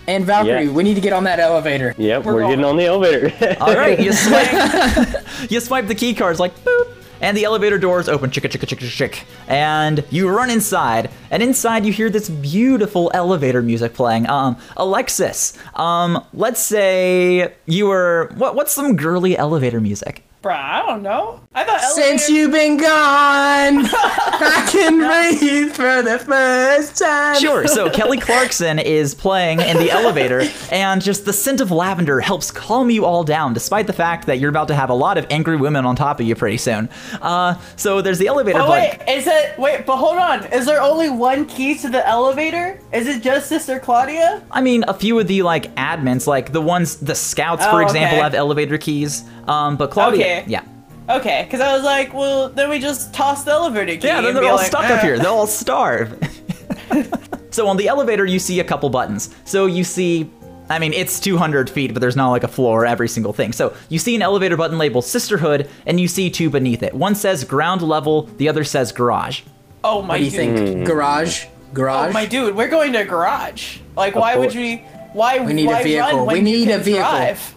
Speaker 3: and Valkyrie,
Speaker 4: Yeah.
Speaker 3: we need to get on that elevator.
Speaker 4: Yep,
Speaker 5: We're
Speaker 4: we're, getting
Speaker 5: going.
Speaker 4: on the elevator.
Speaker 1: All right, you swipe, you swipe the key cards like boop, and the elevator doors open, chicka chicka chicka chick, and you run inside. And inside, you hear this beautiful elevator music playing. Um, Alexis, um, let's say you were what? What's some girly elevator music?
Speaker 5: Bruh, I don't know. I thought elevator.
Speaker 3: Since you've been gone, I can breathe for the first time.
Speaker 1: Sure. So Kelly Clarkson is playing in the elevator, and just the scent of lavender helps calm you all down, despite the fact that you're about to have a lot of angry women on top of you pretty soon. Uh, so there's the elevator.
Speaker 5: Oh
Speaker 1: playing.
Speaker 5: wait, is it? Wait, but hold on. Is there only one key to the elevator? Is it just Sister Claudia?
Speaker 1: I mean, a few of the like admins, like the ones, the scouts, for
Speaker 5: Oh,
Speaker 1: example,
Speaker 5: okay.
Speaker 1: have elevator keys. Um, but Claudia,
Speaker 5: Okay.
Speaker 1: yeah,
Speaker 5: Okay, because I was like, well, then we just toss the elevator key.
Speaker 1: yeah, then
Speaker 5: and
Speaker 1: they're
Speaker 5: be
Speaker 1: all
Speaker 5: like,
Speaker 1: stuck
Speaker 5: eh.
Speaker 1: up here. They'll all starve. so on the elevator, you see a couple buttons. So you see, I mean, it's 200 feet, but there's not like a floor every single thing. So you see an elevator button labeled Sisterhood, and you see two beneath it. One says ground level, the other says garage.
Speaker 5: Oh my
Speaker 3: What do you
Speaker 5: dude.
Speaker 3: think? Garage? Garage?
Speaker 5: Oh my dude, we're going to a garage. Like, why
Speaker 4: course.
Speaker 5: would we? Why
Speaker 3: need a
Speaker 5: why
Speaker 3: vehicle.
Speaker 5: Run when
Speaker 3: We
Speaker 5: you
Speaker 3: need
Speaker 5: can
Speaker 3: a vehicle.
Speaker 5: Drive?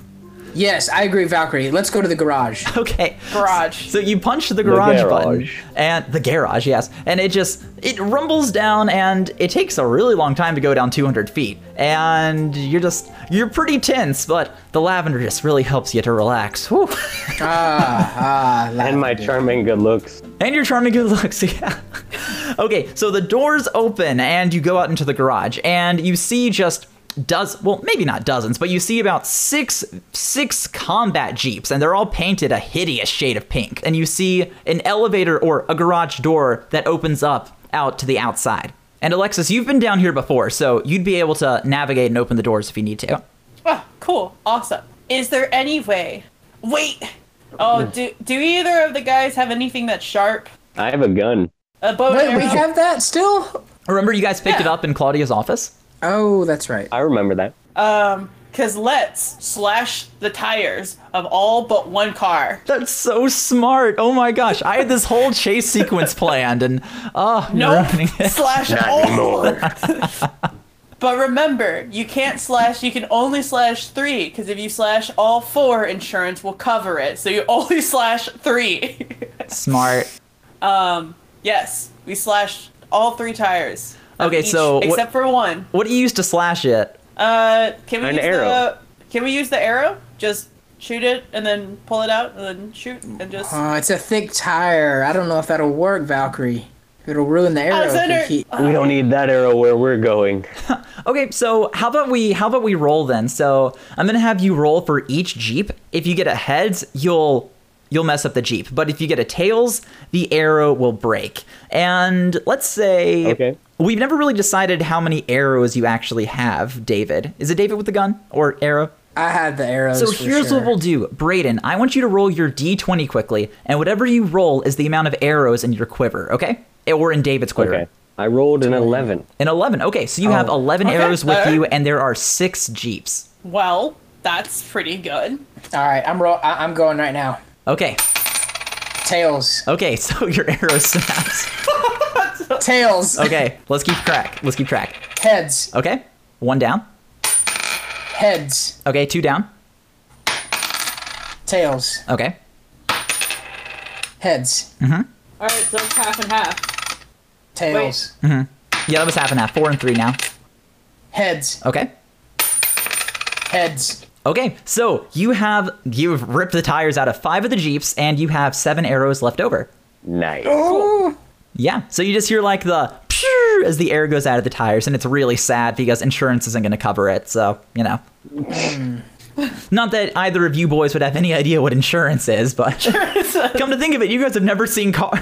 Speaker 3: yes, I agree, Valkyrie. Let's go to the garage.
Speaker 1: Okay.
Speaker 5: Garage.
Speaker 1: So you punch the garage, button
Speaker 4: garage.
Speaker 1: and the garage, yes, and it just it rumbles down and it takes a really long time to go down 200 feet. And you're just you're pretty tense, but the lavender just really helps you to relax. Whew.
Speaker 3: Ah, ah,
Speaker 4: and my charming good looks.
Speaker 1: And you're charming good looks, yeah. okay, so the doors open and you go out into the garage and you see just does well maybe not dozens but you see about six six combat jeeps and they're all painted a hideous shade of pink and you see an elevator or a garage door that opens up out to the outside and alexis you've been down here before so you'd be able to navigate and open the doors if you need to
Speaker 5: Oh, cool. Awesome. Is there any way? Wait. Oh, do do either of the guys have anything that's sharp?
Speaker 4: I have a gun.
Speaker 5: A bow and
Speaker 3: Wait, we
Speaker 5: arrow?
Speaker 3: have that still?
Speaker 1: remember you guys picked it
Speaker 5: Yeah.
Speaker 1: up in claudia's office
Speaker 3: Oh, that's right.
Speaker 4: I remember that.
Speaker 5: Um, cause let's slash the tires of all but one car.
Speaker 1: That's so smart. Oh my gosh. I had this whole chase sequence planned and oh
Speaker 5: Nope.
Speaker 1: ruining it.
Speaker 5: slash all. but remember, you can't slash. You can only slash three. Cause if you slash all four, insurance will cover it. So you only slash three.
Speaker 1: smart.
Speaker 5: yes, we slashed all three tires. of
Speaker 1: Okay,
Speaker 5: each,
Speaker 1: so what-
Speaker 5: except for one.
Speaker 1: What do you use to slash it?
Speaker 5: Uh, can we
Speaker 4: An
Speaker 5: use
Speaker 4: arrow.
Speaker 5: the Can we use the arrow? Just shoot it and then pull it out and then shoot and just.
Speaker 3: Oh, it's a thick tire. I don't know if that'll work, Valkyrie. It'll ruin the arrow. if we
Speaker 5: Alexander-
Speaker 3: keep-
Speaker 4: We don't need that arrow where we're going.
Speaker 1: Okay, so how about we how about we roll then? So I'm gonna have you roll for each Jeep. If you get a heads, you'll you'll mess up the Jeep. But if you get a tails, the arrow will break. And let's say
Speaker 4: Okay.
Speaker 1: we've never really decided how many arrows you actually have, David. Is it David with the gun? Or arrow?
Speaker 3: I have the arrows.
Speaker 1: So
Speaker 3: for
Speaker 1: here's
Speaker 3: sure.
Speaker 1: what we'll do, Brayden. I want you to roll your d20 quickly, and whatever you roll is the amount of arrows in your quiver, okay? Or in David's quiver.
Speaker 4: Okay. I rolled an 11.
Speaker 1: An 11. Okay, so you have
Speaker 3: Oh.
Speaker 1: 11
Speaker 5: Okay,
Speaker 1: arrows with
Speaker 5: alright.
Speaker 1: you, and there are six jeeps.
Speaker 5: Well, that's pretty good.
Speaker 3: All right, I'm ro- I- I'm going right now.
Speaker 1: Okay,
Speaker 3: Tails.
Speaker 1: okay, so your arrow snaps.
Speaker 3: Tails.
Speaker 1: Okay, let's keep track. Let's keep track.
Speaker 3: Heads.
Speaker 1: Okay, one down.
Speaker 3: Heads.
Speaker 1: Okay, two down.
Speaker 3: Tails.
Speaker 1: Okay,
Speaker 3: Heads.
Speaker 5: All right, so it's half and half.
Speaker 3: Tails.
Speaker 1: yeah, that was half and half. Four and three now.
Speaker 3: Heads.
Speaker 1: Okay,
Speaker 3: Heads.
Speaker 1: Okay, so you have you've ripped the tires out of five of the jeeps, and you have seven arrows left over.
Speaker 4: Nice.
Speaker 3: Oh,
Speaker 1: Yeah, so you just hear like the pew as the air goes out of the tires, and it's really sad because insurance isn't going to cover it. So you know, not that either of you boys would have any idea what insurance is, but come to think of it, you guys have never seen car.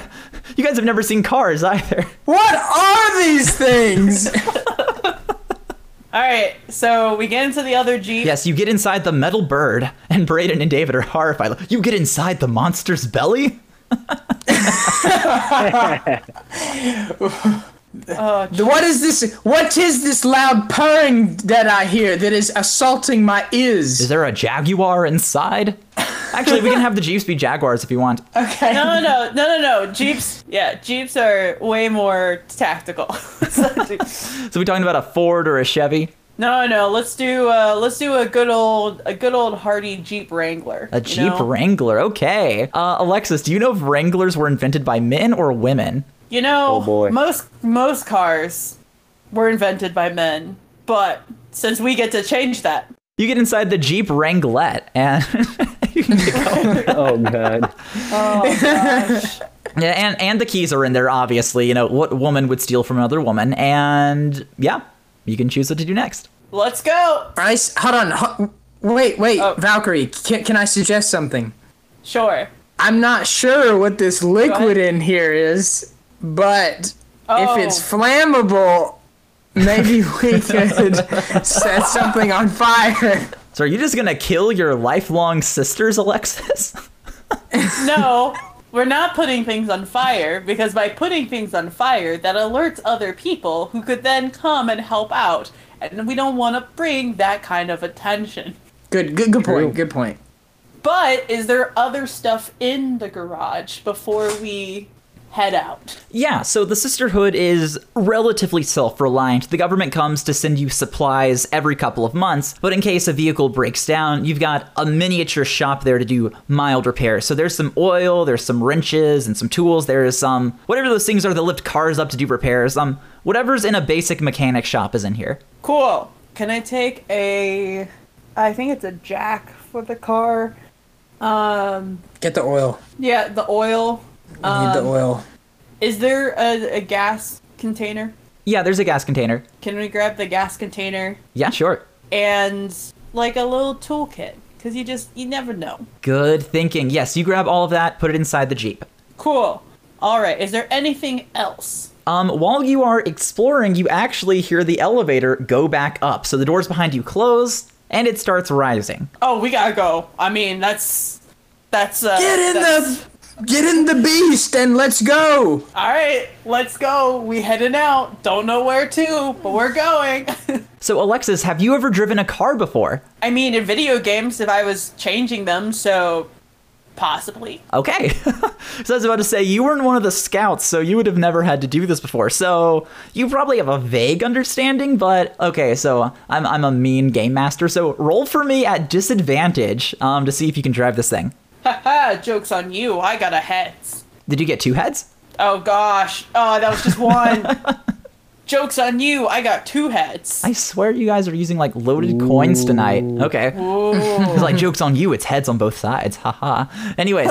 Speaker 1: You guys have never seen cars either.
Speaker 3: what are these things?
Speaker 5: All right, so we get into the other jeep.
Speaker 1: Yes, you get inside the metal bird, and Braden and David are horrified. Like, You get inside the monster's belly.
Speaker 5: Oh,
Speaker 3: what is this? What is this loud purring that I hear that is assaulting my ears?
Speaker 1: Is there a jaguar inside? Actually, we can have the jeeps be jaguars if you want.
Speaker 3: okay.
Speaker 5: No, no, no, no, no, no. Jeeps, yeah, Jeeps are way more tactical.
Speaker 1: So we're talking about a Ford or a Chevy.
Speaker 5: no, no, let's do, uh, let's do a good old, a good old hardy Jeep Wrangler.
Speaker 1: A Jeep Wrangler, okay. Uh, Alexis, do you know if Wranglers were invented by men or women?
Speaker 5: You know,
Speaker 4: Oh, boy.
Speaker 5: most most cars were invented by men, but since we get to change that,
Speaker 1: You get inside the Jeep Wranglette, and
Speaker 4: Oh god.
Speaker 1: yeah, and and the keys are in there. Obviously, you know what woman would steal from another woman, and yeah, you can choose what to do next.
Speaker 5: let's go.
Speaker 3: I s- hold on. ho- wait, wait,
Speaker 5: Oh.
Speaker 3: Valkyrie. Can, can I suggest something?
Speaker 5: Sure.
Speaker 3: I'm not sure what this
Speaker 5: Go ahead.
Speaker 3: liquid in here is, but
Speaker 5: Oh.
Speaker 3: if it's flammable, maybe we could set something on fire.
Speaker 1: So are you just gonna kill your lifelong sisters, Alexis?
Speaker 5: No, we're not putting things on fire because by putting things on fire, that alerts other people who could then come and help out. And we don't want to bring that kind of attention.
Speaker 3: Good, good, good
Speaker 4: True.
Speaker 3: point. Good point.
Speaker 5: But is there other stuff in the garage before we head out?
Speaker 1: Yeah, so the Sisterhood is relatively self reliant. The government comes to send you supplies every couple of months, but in case a vehicle breaks down, you've got a miniature shop there to do mild repairs. So there's some oil, there's some wrenches, and some tools, there is some whatever those things are that lift cars up to do repairs. Um, whatever's in a basic mechanic shop is in here.
Speaker 5: Cool. Can I take a I think it's a jack for the car. Um
Speaker 3: Get the oil.
Speaker 5: yeah, the oil.
Speaker 3: We need
Speaker 5: Um,
Speaker 3: the oil.
Speaker 5: Is there a, a gas container?
Speaker 1: Yeah, there's a gas container.
Speaker 5: Can we grab the gas container
Speaker 1: Yeah, sure.
Speaker 5: and like a little toolkit? Cuz you just you never know.
Speaker 1: Good thinking. Yes, you grab all of that, put it inside the Jeep.
Speaker 5: Cool. All right. Is there anything else?
Speaker 1: Um, while you are exploring, you actually hear the elevator go back up. So the doors behind you close and it starts rising.
Speaker 5: Oh, we got to go. I mean, that's that's uh
Speaker 3: Get in
Speaker 5: that's-
Speaker 3: the, get in the beast, and let's go.
Speaker 5: All right, let's go. We heading out. Don't know where to, but we're going.
Speaker 1: So, Alexis, have you ever driven a car before?
Speaker 5: I mean, in video games, if I was changing them, so possibly.
Speaker 1: Okay. so I was about to say, you weren't one of the scouts, so you would have never had to do this before. So you probably have a vague understanding, but okay, so I'm, I'm a mean game master. So roll for me at disadvantage um, to see if you can drive this thing.
Speaker 5: Haha, joke's on you. I got a heads.
Speaker 1: Did you get two heads?
Speaker 5: Oh gosh. Oh, that was just one. joke's on you. I got two heads.
Speaker 1: I swear you guys are using like loaded coins tonight. Okay.
Speaker 5: Ooh.
Speaker 1: It's like jokes on you. It's heads on both sides. Haha. Anyways,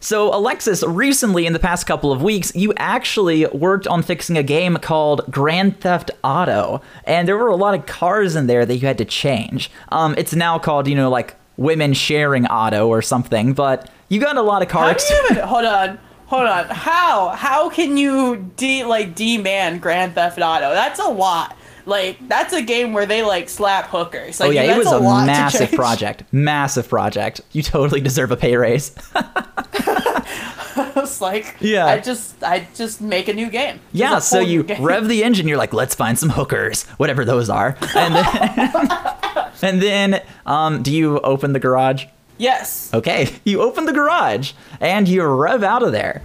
Speaker 1: so Alexis, recently in the past couple of weeks, you actually worked on fixing a game called Grand Theft Auto, and there were a lot of cars in there that you had to change. Um, it's now called you know like Women Sharing Auto or something, but you got a lot of car.
Speaker 5: How
Speaker 1: ex-
Speaker 5: do you even- hold on. Hold on. How? How can you de like demand Grand Theft Auto? That's a lot. Like that's a game where they like slap hookers. Like,
Speaker 1: Oh yeah, it
Speaker 5: that's
Speaker 1: was a,
Speaker 5: lot to
Speaker 1: massive
Speaker 5: change.
Speaker 1: project. Massive project. You totally deserve a pay raise.
Speaker 5: I was like,
Speaker 1: Yeah.
Speaker 5: I just I just make a new game. Just
Speaker 1: Yeah,
Speaker 5: a
Speaker 1: so
Speaker 5: whole new
Speaker 1: you
Speaker 5: game.
Speaker 1: rev the engine, you're like, let's find some hookers, whatever those are. And then, and then um, do you open the garage?
Speaker 5: Yes.
Speaker 1: Okay, you open the garage and you rev out of there.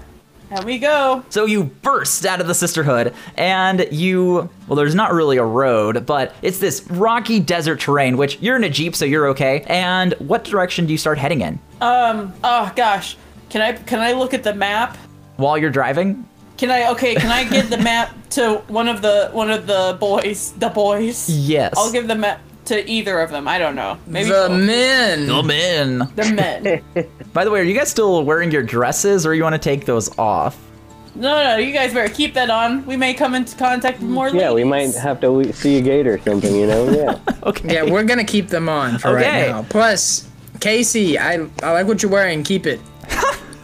Speaker 5: And we go.
Speaker 1: So you burst out of the sisterhood and you well there's not really a road, but it's this rocky desert terrain which you're in a Jeep so you're okay. And what direction do you start heading in?
Speaker 5: Um. Oh gosh. Can I can I look at the map?
Speaker 1: While you're driving?
Speaker 5: Can I okay? Can I give the map to one of the one of the boys? The boys.
Speaker 1: Yes.
Speaker 5: I'll give the map to either of them. I don't know. Maybe
Speaker 3: the
Speaker 5: both.
Speaker 3: men.
Speaker 1: I'm in.
Speaker 5: the men.
Speaker 1: By the way, are you guys still wearing your dresses, or you want to take those off?
Speaker 5: No, no, you guys better keep that on. We may come into contact with more.
Speaker 4: Yeah, we might
Speaker 5: ladies.
Speaker 4: have to le- see a gate or something, you know? Yeah.
Speaker 1: Okay.
Speaker 3: Yeah, we're gonna keep them on for
Speaker 1: Okay.
Speaker 3: right now. Plus, Casey, I I like what you're wearing. Keep it.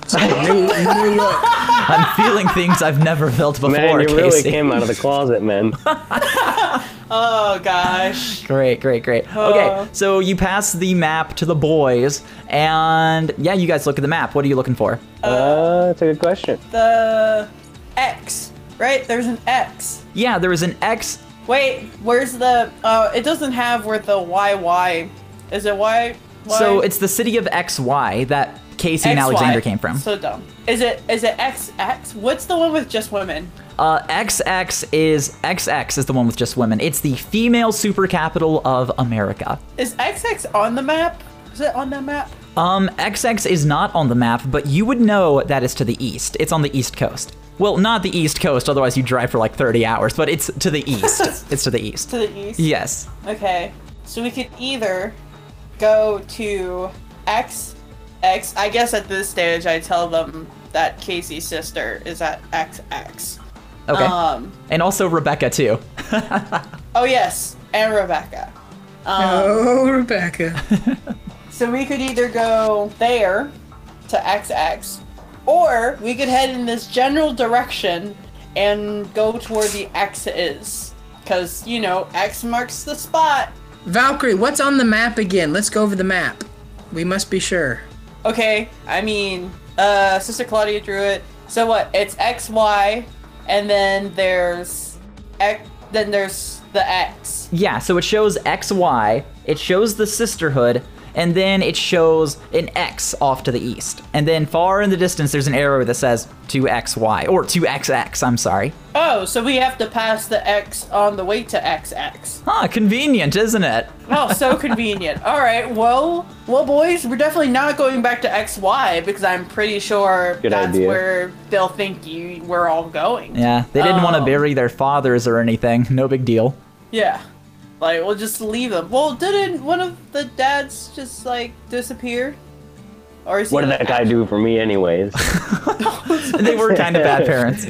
Speaker 3: It's a new, new look.
Speaker 1: I'm feeling things I've never felt before,
Speaker 4: man, you really
Speaker 1: Casey.
Speaker 4: came out of the closet, man.
Speaker 5: Oh gosh.
Speaker 1: Great, great, great.
Speaker 5: Uh.
Speaker 1: Okay, so you pass the map to the boys, and yeah, you guys look at the map. What are you looking for?
Speaker 4: Uh, that's a good question.
Speaker 5: The X, right? There's an X.
Speaker 1: Yeah, there is an X.
Speaker 5: Wait, where's the? Uh, it doesn't have where the YY. Is it Y? Y?
Speaker 1: So it's the city of XY that Casey and
Speaker 5: XY.
Speaker 1: Alexander came from.
Speaker 5: So dumb. Is it? Is it XX? What's the one with just women?
Speaker 1: Uh, XX is XX is the one with just women. It's the female super capital of America.
Speaker 5: Is XX on the map? Is it on that map?
Speaker 1: Um, XX is not on the map, but you would know that it's to the east. It's on the east coast. Well, not the east coast, otherwise you drive for like 30 hours, but it's to the east. it's to the east.
Speaker 5: To the east.
Speaker 1: Yes.
Speaker 5: Okay. So we could either go to X, X. I guess at this stage, I tell them that Casey's sister is at XX.
Speaker 1: Okay.
Speaker 5: Um.
Speaker 1: and also Rebecca too.
Speaker 5: Oh yes, and Rebecca.
Speaker 3: Oh, Rebecca.
Speaker 5: So we could either go there to XX, or we could head in this general direction and go to where the X is. Because, you know, X marks the spot.
Speaker 3: Valkyrie, what's on the map again? Let's go over the map. We must be sure.
Speaker 5: Okay, I mean, uh, Sister Claudia drew it. So what? It's XY, and then there's X, then there's the X.
Speaker 1: Yeah, so it shows XY, it shows the sisterhood, and then it shows an X off to the east. And then far in the distance, there's an arrow that says 2XY, or 2XX, I'm sorry.
Speaker 5: Oh, so we have to pass the X on the way to XX.
Speaker 1: Huh, convenient, isn't it?
Speaker 5: Oh, so convenient. All right. Well, well, boys, we're definitely not going back to XY because I'm pretty sure
Speaker 4: Good
Speaker 5: that's
Speaker 4: idea.
Speaker 5: where they'll think you we're all going.
Speaker 1: Yeah, they didn't want to
Speaker 5: Oh.
Speaker 1: bury their fathers or anything. No big deal.
Speaker 5: Yeah. Like we'll just leave them. Well, didn't one of the dads just like disappear? Or is
Speaker 4: What
Speaker 5: he
Speaker 4: did that guy do for me, anyways?
Speaker 1: They were kind of bad parents.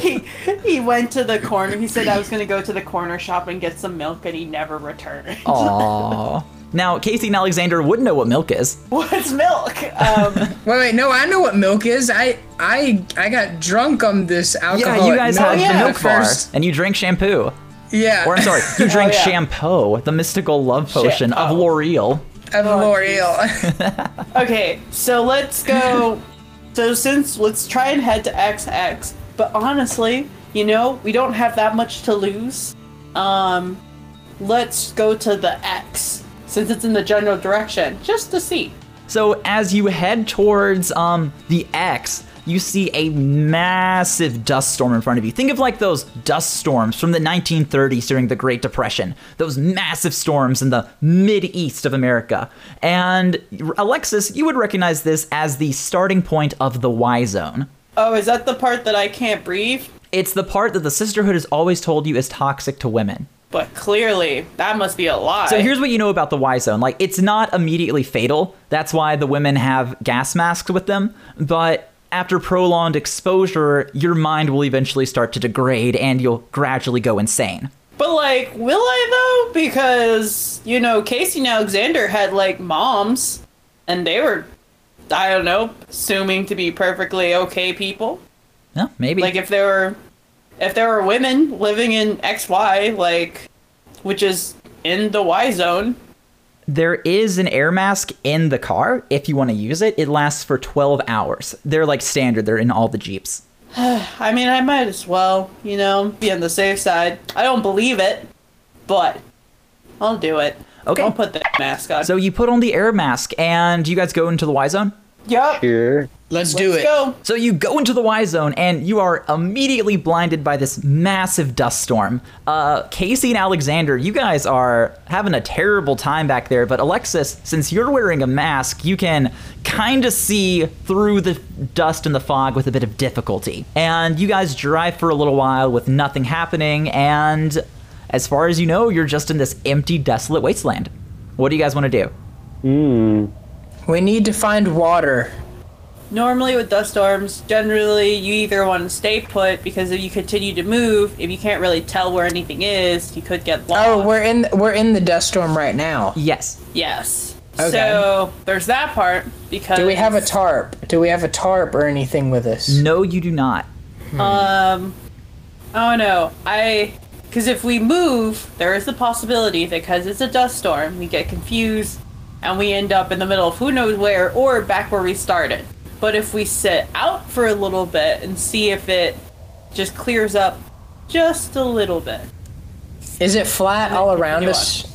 Speaker 5: He, he went to the corner. He said I was going to go to the corner shop and get some milk, and he never returned.
Speaker 1: Aww. Now, Casey and Alexander would know what milk is.
Speaker 5: What's milk? Um,
Speaker 3: Wait, wait, no, I know what milk is. I I I got drunk on this alcohol.
Speaker 1: Yeah, you guys
Speaker 3: milk
Speaker 1: had
Speaker 5: Oh, yeah.
Speaker 1: the
Speaker 3: the
Speaker 1: milk bar,
Speaker 3: first-
Speaker 1: and you drank shampoo.
Speaker 3: Yeah,
Speaker 1: Or I'm sorry, you drank
Speaker 5: Oh, yeah. Oh.
Speaker 1: shampoo, the mystical love potion of
Speaker 5: Shampoo.
Speaker 1: L'Oreal.
Speaker 3: of L'Oreal.
Speaker 5: okay, so let's go. So since let's try and head to XX. But honestly, you know, we don't have that much to lose. Um, let's go to the X since it's in the general direction, just to see.
Speaker 1: So as you head towards um the X, you see a massive dust storm in front of you. Think of like those dust storms from the 1930s during the Great Depression. Those massive storms in the mid-east of America. And Alexis, you would recognize this as the starting point of the Y zone.
Speaker 5: Oh, is that the part that I can't breathe?
Speaker 1: It's the part that the sisterhood has always told you is toxic to women.
Speaker 5: But clearly, that must be a lie.
Speaker 1: So here's what you know about the Y zone. Like it's not immediately fatal. That's why the women have gas masks with them, but after prolonged exposure, your mind will eventually start to degrade and you'll gradually go insane.
Speaker 5: But like, will I though? Because you know, Casey and Alexander had like moms, and they were, I don't know, assuming to be perfectly okay people.
Speaker 1: Yeah, maybe.
Speaker 5: Like if there were, if there were women living in X Y, like, which is in the Y zone.
Speaker 1: there is an air mask in the car if you want to use it. It lasts for 12 hours. They're like standard. They're in all the Jeeps.
Speaker 5: I mean, I might as well, you know, be on the safe side. I don't believe it, but I'll do it.
Speaker 1: Okay.
Speaker 5: I'll put that mask on.
Speaker 1: So you put on the air mask and you guys go into the Y zone?
Speaker 5: yep.
Speaker 4: Sure.
Speaker 3: Let's do
Speaker 5: Let's
Speaker 3: it.
Speaker 5: go.
Speaker 1: So you go into the Y zone and you are immediately blinded by this massive dust storm. Uh, Casey and Alexander, you guys are having a terrible time back there, but Alexis, since you're wearing a mask, you can kind of see through the dust and the fog with a bit of difficulty. And you guys drive for a little while with nothing happening, and As far as you know, you're just in this empty, desolate wasteland. What do you guys want to do?
Speaker 3: We need to find water.
Speaker 5: Normally with dust storms, generally you either want to stay put because if you continue to move, if you can't really tell where anything is, you could get lost.
Speaker 3: Oh, we're in we're in the dust storm right now.
Speaker 1: Yes.
Speaker 5: yes.
Speaker 3: Okay.
Speaker 5: So there's that part because
Speaker 3: Do we have a tarp? Do we have a tarp or anything with us?
Speaker 1: No, you do not.
Speaker 5: Um, oh no, I because if we move, there is the possibility that because it's a dust storm, we get confused and we end up in the middle of who knows where or back where we started. But if we sit out for a little bit and see if it just clears up just a little bit,
Speaker 3: Is it flat all around
Speaker 5: You
Speaker 3: us?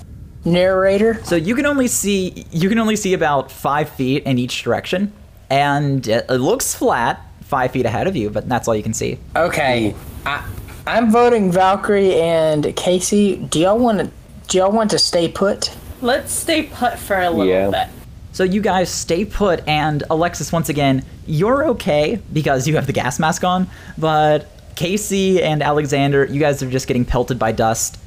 Speaker 3: Narrator.
Speaker 1: So you can only see you can only see about five feet in each direction, and it it looks flat five feet ahead of you, but that's all you can see.
Speaker 3: Okay. I, I'm voting Valkyrie and Casey. Do y'all want to? Do y'all want to stay put?
Speaker 5: let's stay put for a little
Speaker 4: Yeah.
Speaker 5: bit.
Speaker 1: So you guys stay put, and Alexis, once again, you're okay because you have the gas mask on, but Casey and Alexander, you guys are just getting pelted by dust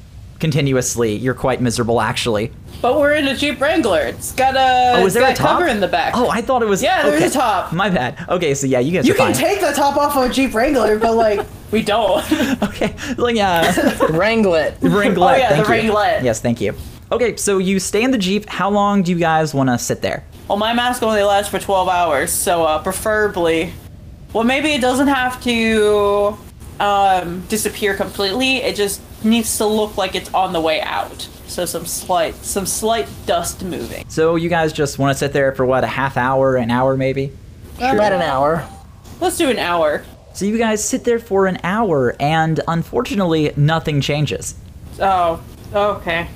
Speaker 1: continuously. You're quite miserable, actually.
Speaker 5: But we're in a Jeep Wrangler. It's got a,
Speaker 1: Oh,
Speaker 5: it's
Speaker 1: is there a
Speaker 5: got
Speaker 1: top?
Speaker 5: Uh, cover in the back.
Speaker 1: Oh, I thought it was.
Speaker 5: Yeah, there's
Speaker 1: okay.
Speaker 5: a top.
Speaker 1: My bad. Okay, so yeah, you guys
Speaker 2: You
Speaker 1: are
Speaker 2: can
Speaker 1: fine.
Speaker 2: take the top off of a Jeep Wrangler, but like,
Speaker 5: we don't.
Speaker 1: okay, like yeah,
Speaker 3: Wranglet.
Speaker 1: ringlet.
Speaker 5: Oh, yeah,
Speaker 1: thank
Speaker 5: the
Speaker 1: you.
Speaker 5: ringlet.
Speaker 1: Yes, thank you. Okay, so you stay in the jeep. How long do you guys want to sit there?
Speaker 5: Well, Oh, my mask only lasts for 12 hours, so uh, preferably. Well, maybe it doesn't have to um, disappear completely. It just needs to look like it's on the way out. So some slight, some slight dust moving.
Speaker 1: So you guys just want to sit there for what a half hour, an hour maybe.
Speaker 3: About an hour.
Speaker 5: Let's do an hour.
Speaker 1: So you guys sit there for an hour, and unfortunately, nothing changes.
Speaker 5: Oh, okay.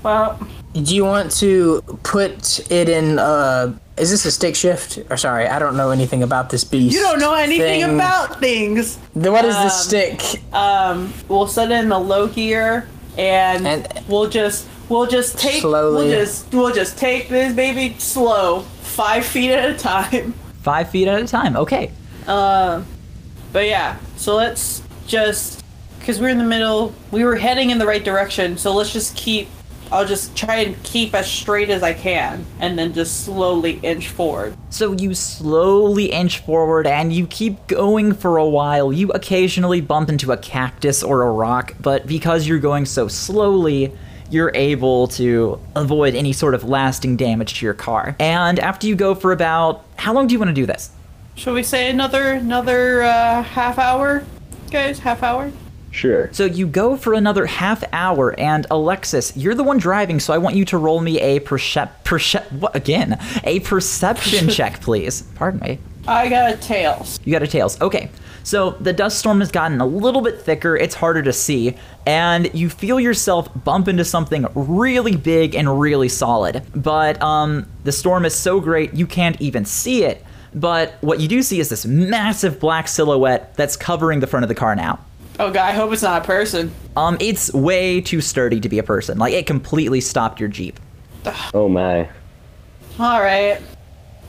Speaker 5: Well,
Speaker 3: Do you want to put it in? Uh, is this a stick shift? Or sorry, I don't know anything about this beast.
Speaker 2: you don't know anything
Speaker 3: thing.
Speaker 2: about things.
Speaker 3: Then What is this stick?
Speaker 5: um, we'll set it in the low gear, and,
Speaker 3: And-
Speaker 5: we'll just we'll just take
Speaker 3: Slowly.
Speaker 5: we'll just we'll just take this baby slow, five feet at a time.
Speaker 1: Five feet at a time. Okay.
Speaker 5: But yeah, so let's just because we're in the middle, we were heading in the right direction, so let's just keep. I'll just try and keep as straight as I can, and then just slowly inch forward.
Speaker 1: So you slowly inch forward and you keep going for a while. You occasionally bump into a cactus or a rock, but because you're going so slowly, you're able to avoid any sort of lasting damage to your car. And after you go for about how long do you want to do this?
Speaker 5: Shall we say another another uh, half hour, guys? Half hour.
Speaker 4: Sure.
Speaker 1: So you go for another half hour, and Alexis, you're the one driving, so I want you to roll me a percep percep what again? A perception check, please. Pardon me.
Speaker 5: I got a tails.
Speaker 1: You got a tails. Okay. So the dust storm has gotten a little bit thicker. It's harder to see. And you feel yourself bump into something really big and really solid. But um, the storm is so great, you can't even see it. But what you do see is this massive black silhouette that's covering the front of the car now.
Speaker 5: Oh god, I hope it's not a person.
Speaker 1: Um, it's way too sturdy to be a person. Like, it completely stopped your Jeep.
Speaker 4: Oh my.
Speaker 5: All right.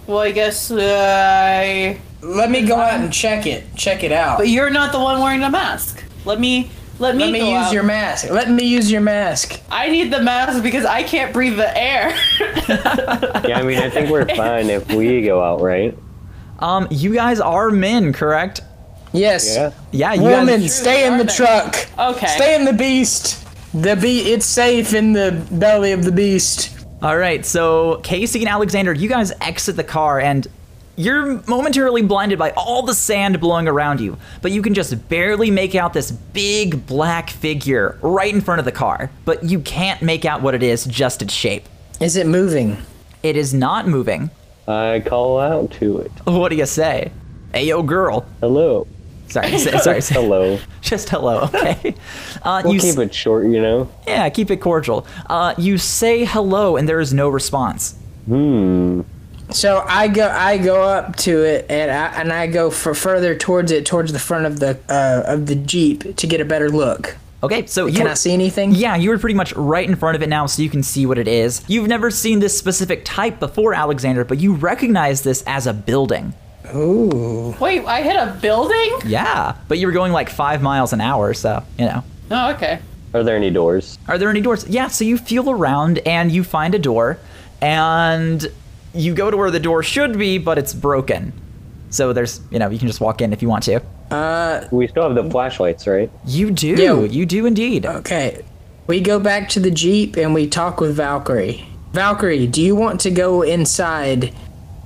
Speaker 5: Well, I guess uh, I.
Speaker 3: Let me go out and check it. Check it out.
Speaker 5: But you're not the one wearing the mask. Let me. Let me.
Speaker 3: Let me
Speaker 5: go
Speaker 3: use
Speaker 5: out.
Speaker 3: your mask. Let me use your mask.
Speaker 5: I need the mask because I can't breathe the air.
Speaker 4: Yeah, I mean, I think we're fine if we go out, right?
Speaker 1: Um, you guys are men, correct?
Speaker 3: Yes.
Speaker 4: Yeah.
Speaker 1: Yeah, you
Speaker 3: Woman,
Speaker 1: guys.
Speaker 3: stay in the
Speaker 5: Aren't they?
Speaker 3: truck.
Speaker 5: Okay.
Speaker 3: Stay in the beast. The be it's safe in the belly of the beast.
Speaker 1: All right, so Casey and Alexander, you guys exit the car and you're momentarily blinded by all the sand blowing around you, but you can just barely make out this big black figure right in front of the car, but you can't make out what it is, just its shape.
Speaker 3: Is it moving?
Speaker 1: It is not moving.
Speaker 4: I call out to it.
Speaker 1: What do you say? Ayo, girl.
Speaker 4: Hello.
Speaker 1: Sorry, sorry, sorry.
Speaker 4: Hello.
Speaker 1: Just hello, okay? Uh,
Speaker 4: We'll
Speaker 1: you s-
Speaker 4: keep it short, you know.
Speaker 1: Yeah, keep it cordial. Uh, you say hello, and there is no response.
Speaker 3: So I go I go up to it and I and I go for further towards it towards the front of the uh, of the jeep to get a better look.
Speaker 1: Okay, so you
Speaker 3: Can I see anything?
Speaker 1: Yeah, you were pretty much right in front of it now, so you can see what it is. You've never seen this specific type before, Alexander, but you recognize this as a building.
Speaker 3: Ooh.
Speaker 5: Wait, I hit a building?
Speaker 1: Yeah, but you were going like five miles an hour, so you know.
Speaker 5: Oh, okay.
Speaker 4: Are there any doors?
Speaker 1: Are there any doors? Yeah, so you feel around and you find a door and you go to where the door should be, but it's broken. So there's, you know, you can just walk in if you want to.
Speaker 4: We still have the flashlights, right?
Speaker 1: You do. Uh,
Speaker 3: Yeah.
Speaker 1: You do indeed.
Speaker 3: Okay. We go back to the Jeep and we talk with Valkyrie. Valkyrie, do you want to go inside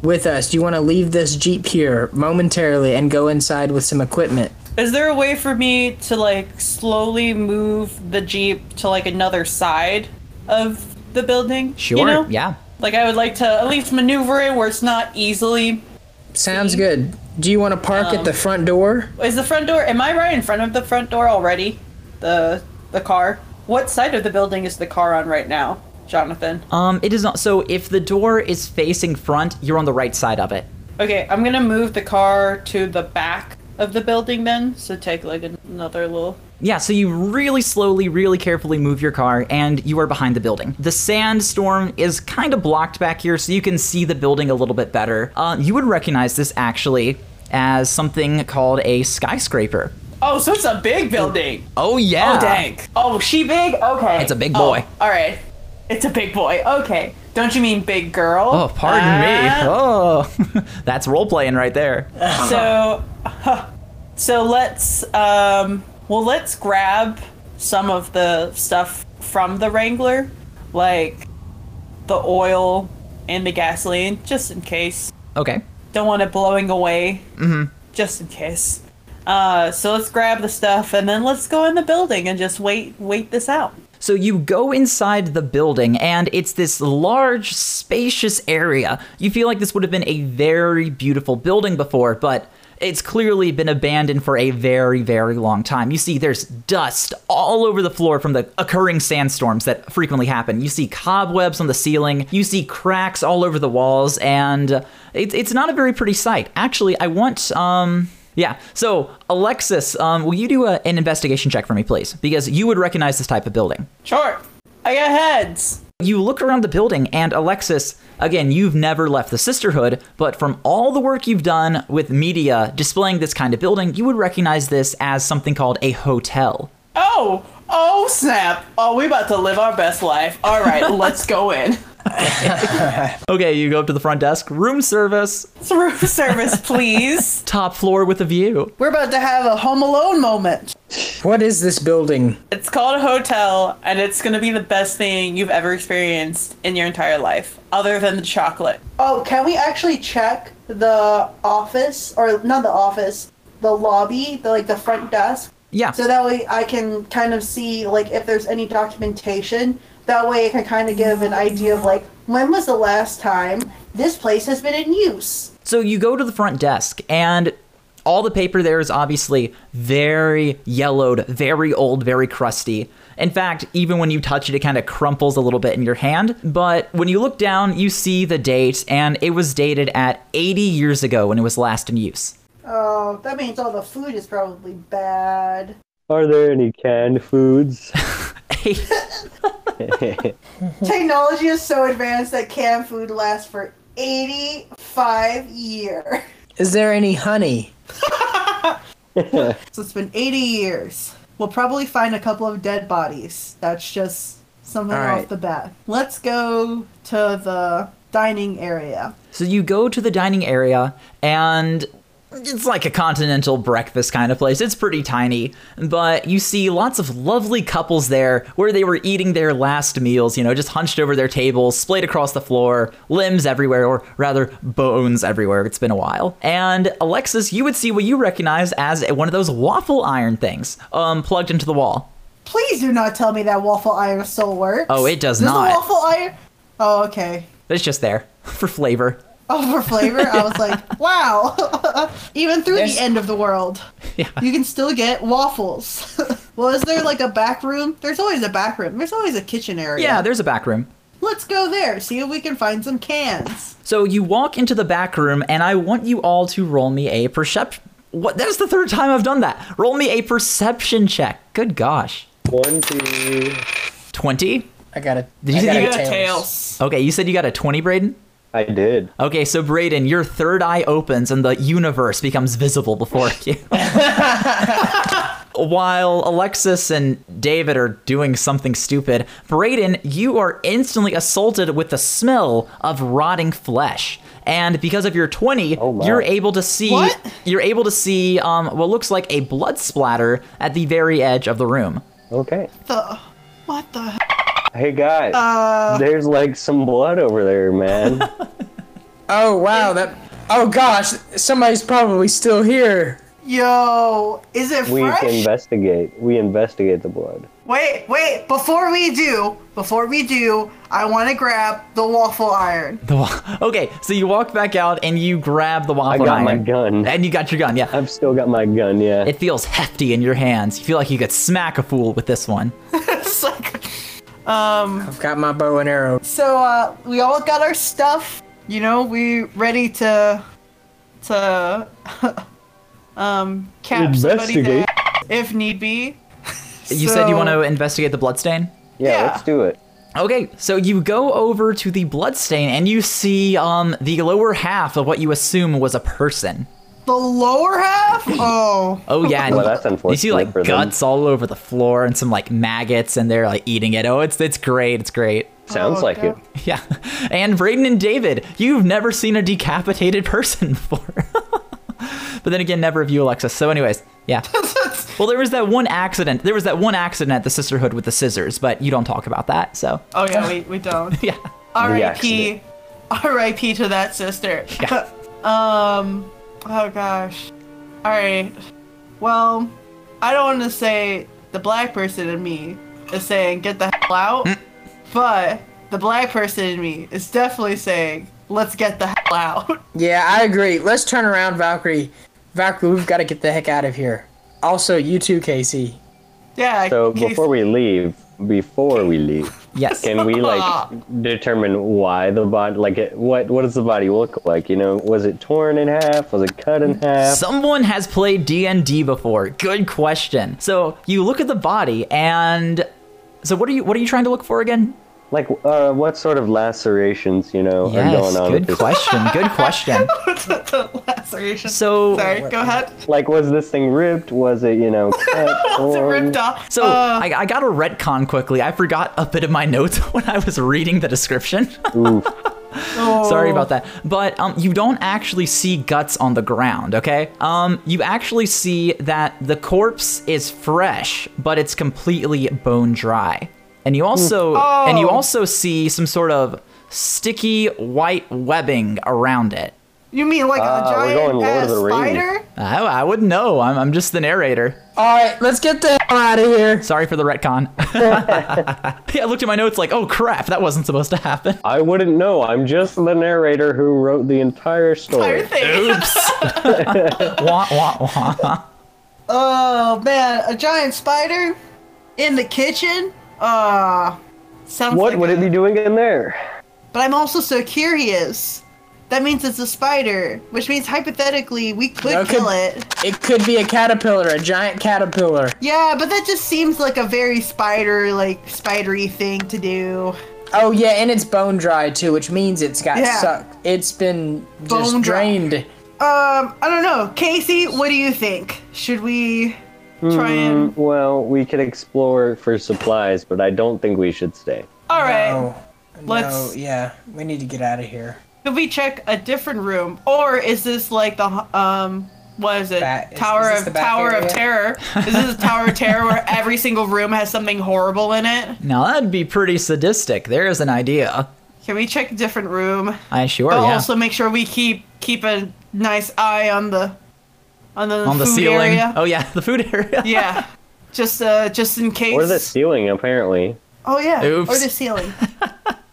Speaker 3: with us? Do you want to leave this Jeep here momentarily and go inside with some equipment?
Speaker 5: Is there a way for me to like slowly move the jeep to like another side of the building?
Speaker 1: sure.
Speaker 5: You know?
Speaker 1: Yeah.
Speaker 5: Like I would like to at least maneuver it where it's not easily.
Speaker 3: Sounds good. Do you want to park at
Speaker 6: Um,
Speaker 3: the front door?
Speaker 5: Is the front door? Am I right in front of the front door already? The the car. What side of the building is the car on right now, Jonathan?
Speaker 1: Um, it is not. So if the door is facing front, you're on the right side of it.
Speaker 5: Okay, I'm gonna move the car to the back of the building then. So take like another little.
Speaker 1: Yeah, so you really slowly, really carefully move your car, and you are behind the building. The sandstorm is kind of blocked back here, so you can see the building a little bit better. Uh, you would recognize this actually as something called a skyscraper.
Speaker 5: Oh, so it's a big building.
Speaker 1: Oh yeah.
Speaker 5: Oh dang. Oh, she big. Okay.
Speaker 1: It's a big
Speaker 5: Oh,
Speaker 1: boy.
Speaker 5: all right. It's a big boy. Okay. Don't you mean big girl? Uh,
Speaker 1: Oh, pardon me. Oh, that's role playing right there.
Speaker 5: me. So, so let's um, well, let's grab some of the stuff from the Wrangler, like the oil and the gasoline, just in case.
Speaker 1: Okay.
Speaker 5: Don't want it blowing away. Mm-hmm. Just in case. Uh, so let's grab the stuff and then let's go in the building and just wait wait this out.
Speaker 1: So you go inside the building, and it's this large, spacious area. You feel like this would have been a very beautiful building before, but it's clearly been abandoned for a very, very long time. You see, there's dust all over the floor from the occurring sandstorms that frequently happen. You see cobwebs on the ceiling, you see cracks all over the walls, and uh, it's, it's not a very pretty sight. Actually, I want, um, yeah. So, Alexis, um, will you do a, an investigation check for me, please? Because you would recognize this type of building.
Speaker 5: Sure. I got heads.
Speaker 1: You look around the building, and Alexis, again, you've never left the sisterhood, but from all the work you've done with media displaying this kind of building, you would recognize this as something called a hotel.
Speaker 5: Oh, oh snap. Oh, we about to live our best life. All right, let's go in.
Speaker 1: Okay, you go up to the front desk, room service,
Speaker 5: Room service, please.
Speaker 1: top floor with a view.
Speaker 5: We're about to have a home alone moment.
Speaker 3: What is this building?
Speaker 5: It's called a hotel, and it's gonna be the best thing you've ever experienced in your entire life, other than the chocolate.
Speaker 6: Oh, can we actually check the office or not the office, the lobby, the like the front desk?
Speaker 1: Yeah.
Speaker 6: So that way I can kind of see like if there's any documentation. That way I can kind of give an idea of like when was the last time this place has been in use.
Speaker 1: So you go to the front desk, and all the paper there is obviously very yellowed, very old, very crusty. In fact, even when you touch it, it kind of crumples a little bit in your hand. But when you look down, you see the date, and it was dated at 80 years ago when it was last in use.
Speaker 6: Oh, that means all the food is probably bad.
Speaker 4: Are there any canned foods?
Speaker 6: Technology is so advanced that canned food lasts for 85 years.
Speaker 3: Is there any honey?
Speaker 6: So it's been 80 years. We'll probably find a couple of dead bodies. That's just something
Speaker 3: All right.
Speaker 6: off the bat. Let's go to the dining area.
Speaker 1: So you go to the dining area, and it's like a continental breakfast kind of place. It's pretty tiny, but you see lots of lovely couples there where they were eating their last meals, you know, just hunched over their tables, splayed across the floor, limbs everywhere, or rather, bones everywhere. It's been a while. And Alexis, you would see what you recognize as one of those waffle iron things um, plugged into the wall.
Speaker 6: Please do not tell me that waffle iron still works.
Speaker 1: Oh, it does
Speaker 6: Does
Speaker 1: not.
Speaker 6: The waffle iron. Oh, okay.
Speaker 1: It's just there for flavor.
Speaker 6: Oh, for flavor, I was like, wow. Even through
Speaker 3: There's-
Speaker 6: the end of the world,
Speaker 1: Yeah.
Speaker 6: you can still get waffles. well, is there like a back room? There's always a back room. There's always a kitchen area.
Speaker 1: Yeah, there's a back room.
Speaker 6: Let's go there. See if we can find some cans.
Speaker 1: So you walk into the back room, and I want you all to roll me a perception. What? That is the third time I've done that. Roll me a perception check. Good gosh.
Speaker 4: One, two.
Speaker 1: Twenty.
Speaker 3: I got a.
Speaker 1: Did you
Speaker 3: I
Speaker 1: think
Speaker 3: got
Speaker 1: you
Speaker 3: a
Speaker 1: got
Speaker 3: tails.
Speaker 1: Okay, you said you got a twenty, Braden.
Speaker 4: I did.
Speaker 1: Okay, so Braden, your third eye opens and the universe becomes visible before you. While Alexis and David are doing something stupid, Brayden, you are instantly assaulted with the smell of rotting flesh. And because of your 20,
Speaker 4: Oh, wow.
Speaker 1: you're able to see
Speaker 2: What?
Speaker 1: you're able to see um, what looks like a blood splatter at the very edge of the room.
Speaker 4: Okay.
Speaker 2: The, what the? Hell?
Speaker 4: Hey guys,
Speaker 6: Uh,
Speaker 4: there's like some blood over there, man.
Speaker 3: Oh wow, that. Oh gosh, somebody's probably still here.
Speaker 6: Yo, is it
Speaker 4: we
Speaker 6: fresh?
Speaker 4: investigate. We investigate the blood.
Speaker 6: Wait, wait, before we do, before we do, I want to grab the waffle iron.
Speaker 1: The wa- okay, so you walk back out and you grab the waffle
Speaker 4: got my
Speaker 1: iron.
Speaker 4: gun.
Speaker 1: And you got your gun, yeah.
Speaker 4: I've still got my gun. Yeah.
Speaker 1: It feels hefty in your hands. You feel like you could smack a fool with this one.
Speaker 6: It's like,
Speaker 3: I've got my bow and arrow.
Speaker 6: so uh, we all got our stuff. You know, we ready to
Speaker 2: to um cap somebody's
Speaker 4: Investigate.
Speaker 2: ass if need be.
Speaker 1: You said you
Speaker 2: So-
Speaker 1: want to investigate the bloodstain?
Speaker 4: yeah,
Speaker 2: yeah.
Speaker 4: Let's do it.
Speaker 1: Okay, so you go over to the bloodstain and you see um the lower half of what you assume was a person.
Speaker 6: the lower half. Oh,
Speaker 1: Oh yeah, and
Speaker 4: Well, that's
Speaker 1: you see
Speaker 4: unfortunate
Speaker 1: like
Speaker 4: for them.
Speaker 1: guts all over the floor and some like maggots and they're like eating it. Oh, it's it's great, it's great.
Speaker 4: Sounds like
Speaker 6: Oh, God.
Speaker 4: it.
Speaker 1: Yeah, and Braden and David, you've never seen a decapitated person before. but then again, never of you, Alexis. So, anyways, yeah. well, there was that one accident. There was that one accident at the Sisterhood with the scissors, but you don't talk about that. So,
Speaker 2: Oh yeah, we, we don't.
Speaker 1: yeah.
Speaker 2: R.I.P.
Speaker 4: accident.
Speaker 2: R.I.P. to that sister.
Speaker 1: Yeah.
Speaker 2: um. Oh gosh. All right. Well, I don't want to say the black person in me is saying get the hell out, but the black person in me is definitely saying let's get the hell out.
Speaker 3: Yeah, I agree. Let's turn around, Valkyrie. Valkyrie, we've got to get the heck out of here. Also, you too, Casey.
Speaker 2: yeah.
Speaker 4: So
Speaker 2: Casey-
Speaker 4: before we leave, before we leave,
Speaker 1: Yes.
Speaker 4: can we like determine why the body? Like, it, what what does the body look like? You know, was it torn in half? Was it cut in half?
Speaker 1: Someone has played D&D before. Good question. So, you look at the body and so what are you what are you trying to look for again?
Speaker 4: like, uh, what sort of lacerations? You know, are
Speaker 1: Yes,
Speaker 4: going on?
Speaker 1: good
Speaker 4: with this?
Speaker 1: question. Good question.
Speaker 2: laceration.
Speaker 1: So-
Speaker 2: sorry. Go ahead.
Speaker 4: Like, was this thing ripped? Was it you know cut?
Speaker 2: It's
Speaker 4: torn?
Speaker 2: ripped off.
Speaker 1: So I, I got a retcon quickly. I forgot a bit of my notes when I was reading the description.
Speaker 4: Oof.
Speaker 1: Sorry about that. But um, you don't actually see guts on the ground. Okay. Um, you actually see that the corpse is fresh, but it's completely bone dry. And you also and you also see some sort of sticky white webbing around it.
Speaker 6: you mean like
Speaker 4: Ah,
Speaker 6: a
Speaker 4: we're
Speaker 6: giant
Speaker 4: going Lord of
Speaker 6: ass
Speaker 4: the Rings.
Speaker 6: spider?
Speaker 1: I, I wouldn't know. I'm, I'm just the narrator.
Speaker 3: All right, let's get the hell out of here.
Speaker 1: Sorry for the retcon. yeah, I looked at my notes like, oh crap, that wasn't supposed to happen.
Speaker 4: I wouldn't know. I'm just the narrator who wrote the entire story.
Speaker 1: Oops. wah, wah, wah.
Speaker 6: Oh man, a giant spider in the kitchen. Ah,
Speaker 2: Sounds
Speaker 4: What
Speaker 2: like
Speaker 4: would
Speaker 2: a-
Speaker 4: it be doing in there?
Speaker 6: but I'm also so curious. That means it's a spider, which means hypothetically we could
Speaker 3: Okay.
Speaker 6: kill it.
Speaker 3: It could be a caterpillar, a giant caterpillar.
Speaker 6: Yeah, but that just seems like a very spider, like spidery thing to do.
Speaker 3: Oh yeah, and it's bone dry too, which means it's got
Speaker 6: Yeah.
Speaker 3: sucked. It's been just
Speaker 6: Bone dry.
Speaker 3: drained.
Speaker 6: Um, I don't know, Casey. What do you think? Should we?
Speaker 2: Try and.
Speaker 4: Um, Well, we could explore for supplies, but I don't think we should stay.
Speaker 2: All right.
Speaker 3: Oh,
Speaker 2: Let's-
Speaker 3: no, yeah, we need to get out of here.
Speaker 2: Could we check a different room, or is this like the um? What is it?
Speaker 3: Back- is-
Speaker 2: Tower
Speaker 3: is this the
Speaker 2: of
Speaker 3: back
Speaker 2: Tower of
Speaker 3: area?
Speaker 2: Terror. Is this a Tower of Terror where every single room has something horrible in it?
Speaker 1: Now that'd be pretty sadistic. There's an idea.
Speaker 2: Can we check a different room?
Speaker 1: I sure,
Speaker 2: but
Speaker 1: Oh, yeah.
Speaker 2: Oh, also make sure we keep keep a nice eye on the on the
Speaker 1: on the
Speaker 2: food
Speaker 1: ceiling.
Speaker 2: Area.
Speaker 1: Oh yeah, the food area.
Speaker 2: Yeah. Just uh, just in case.
Speaker 4: Or the ceiling, apparently.
Speaker 6: Oh yeah,
Speaker 1: Oops.
Speaker 6: or the ceiling.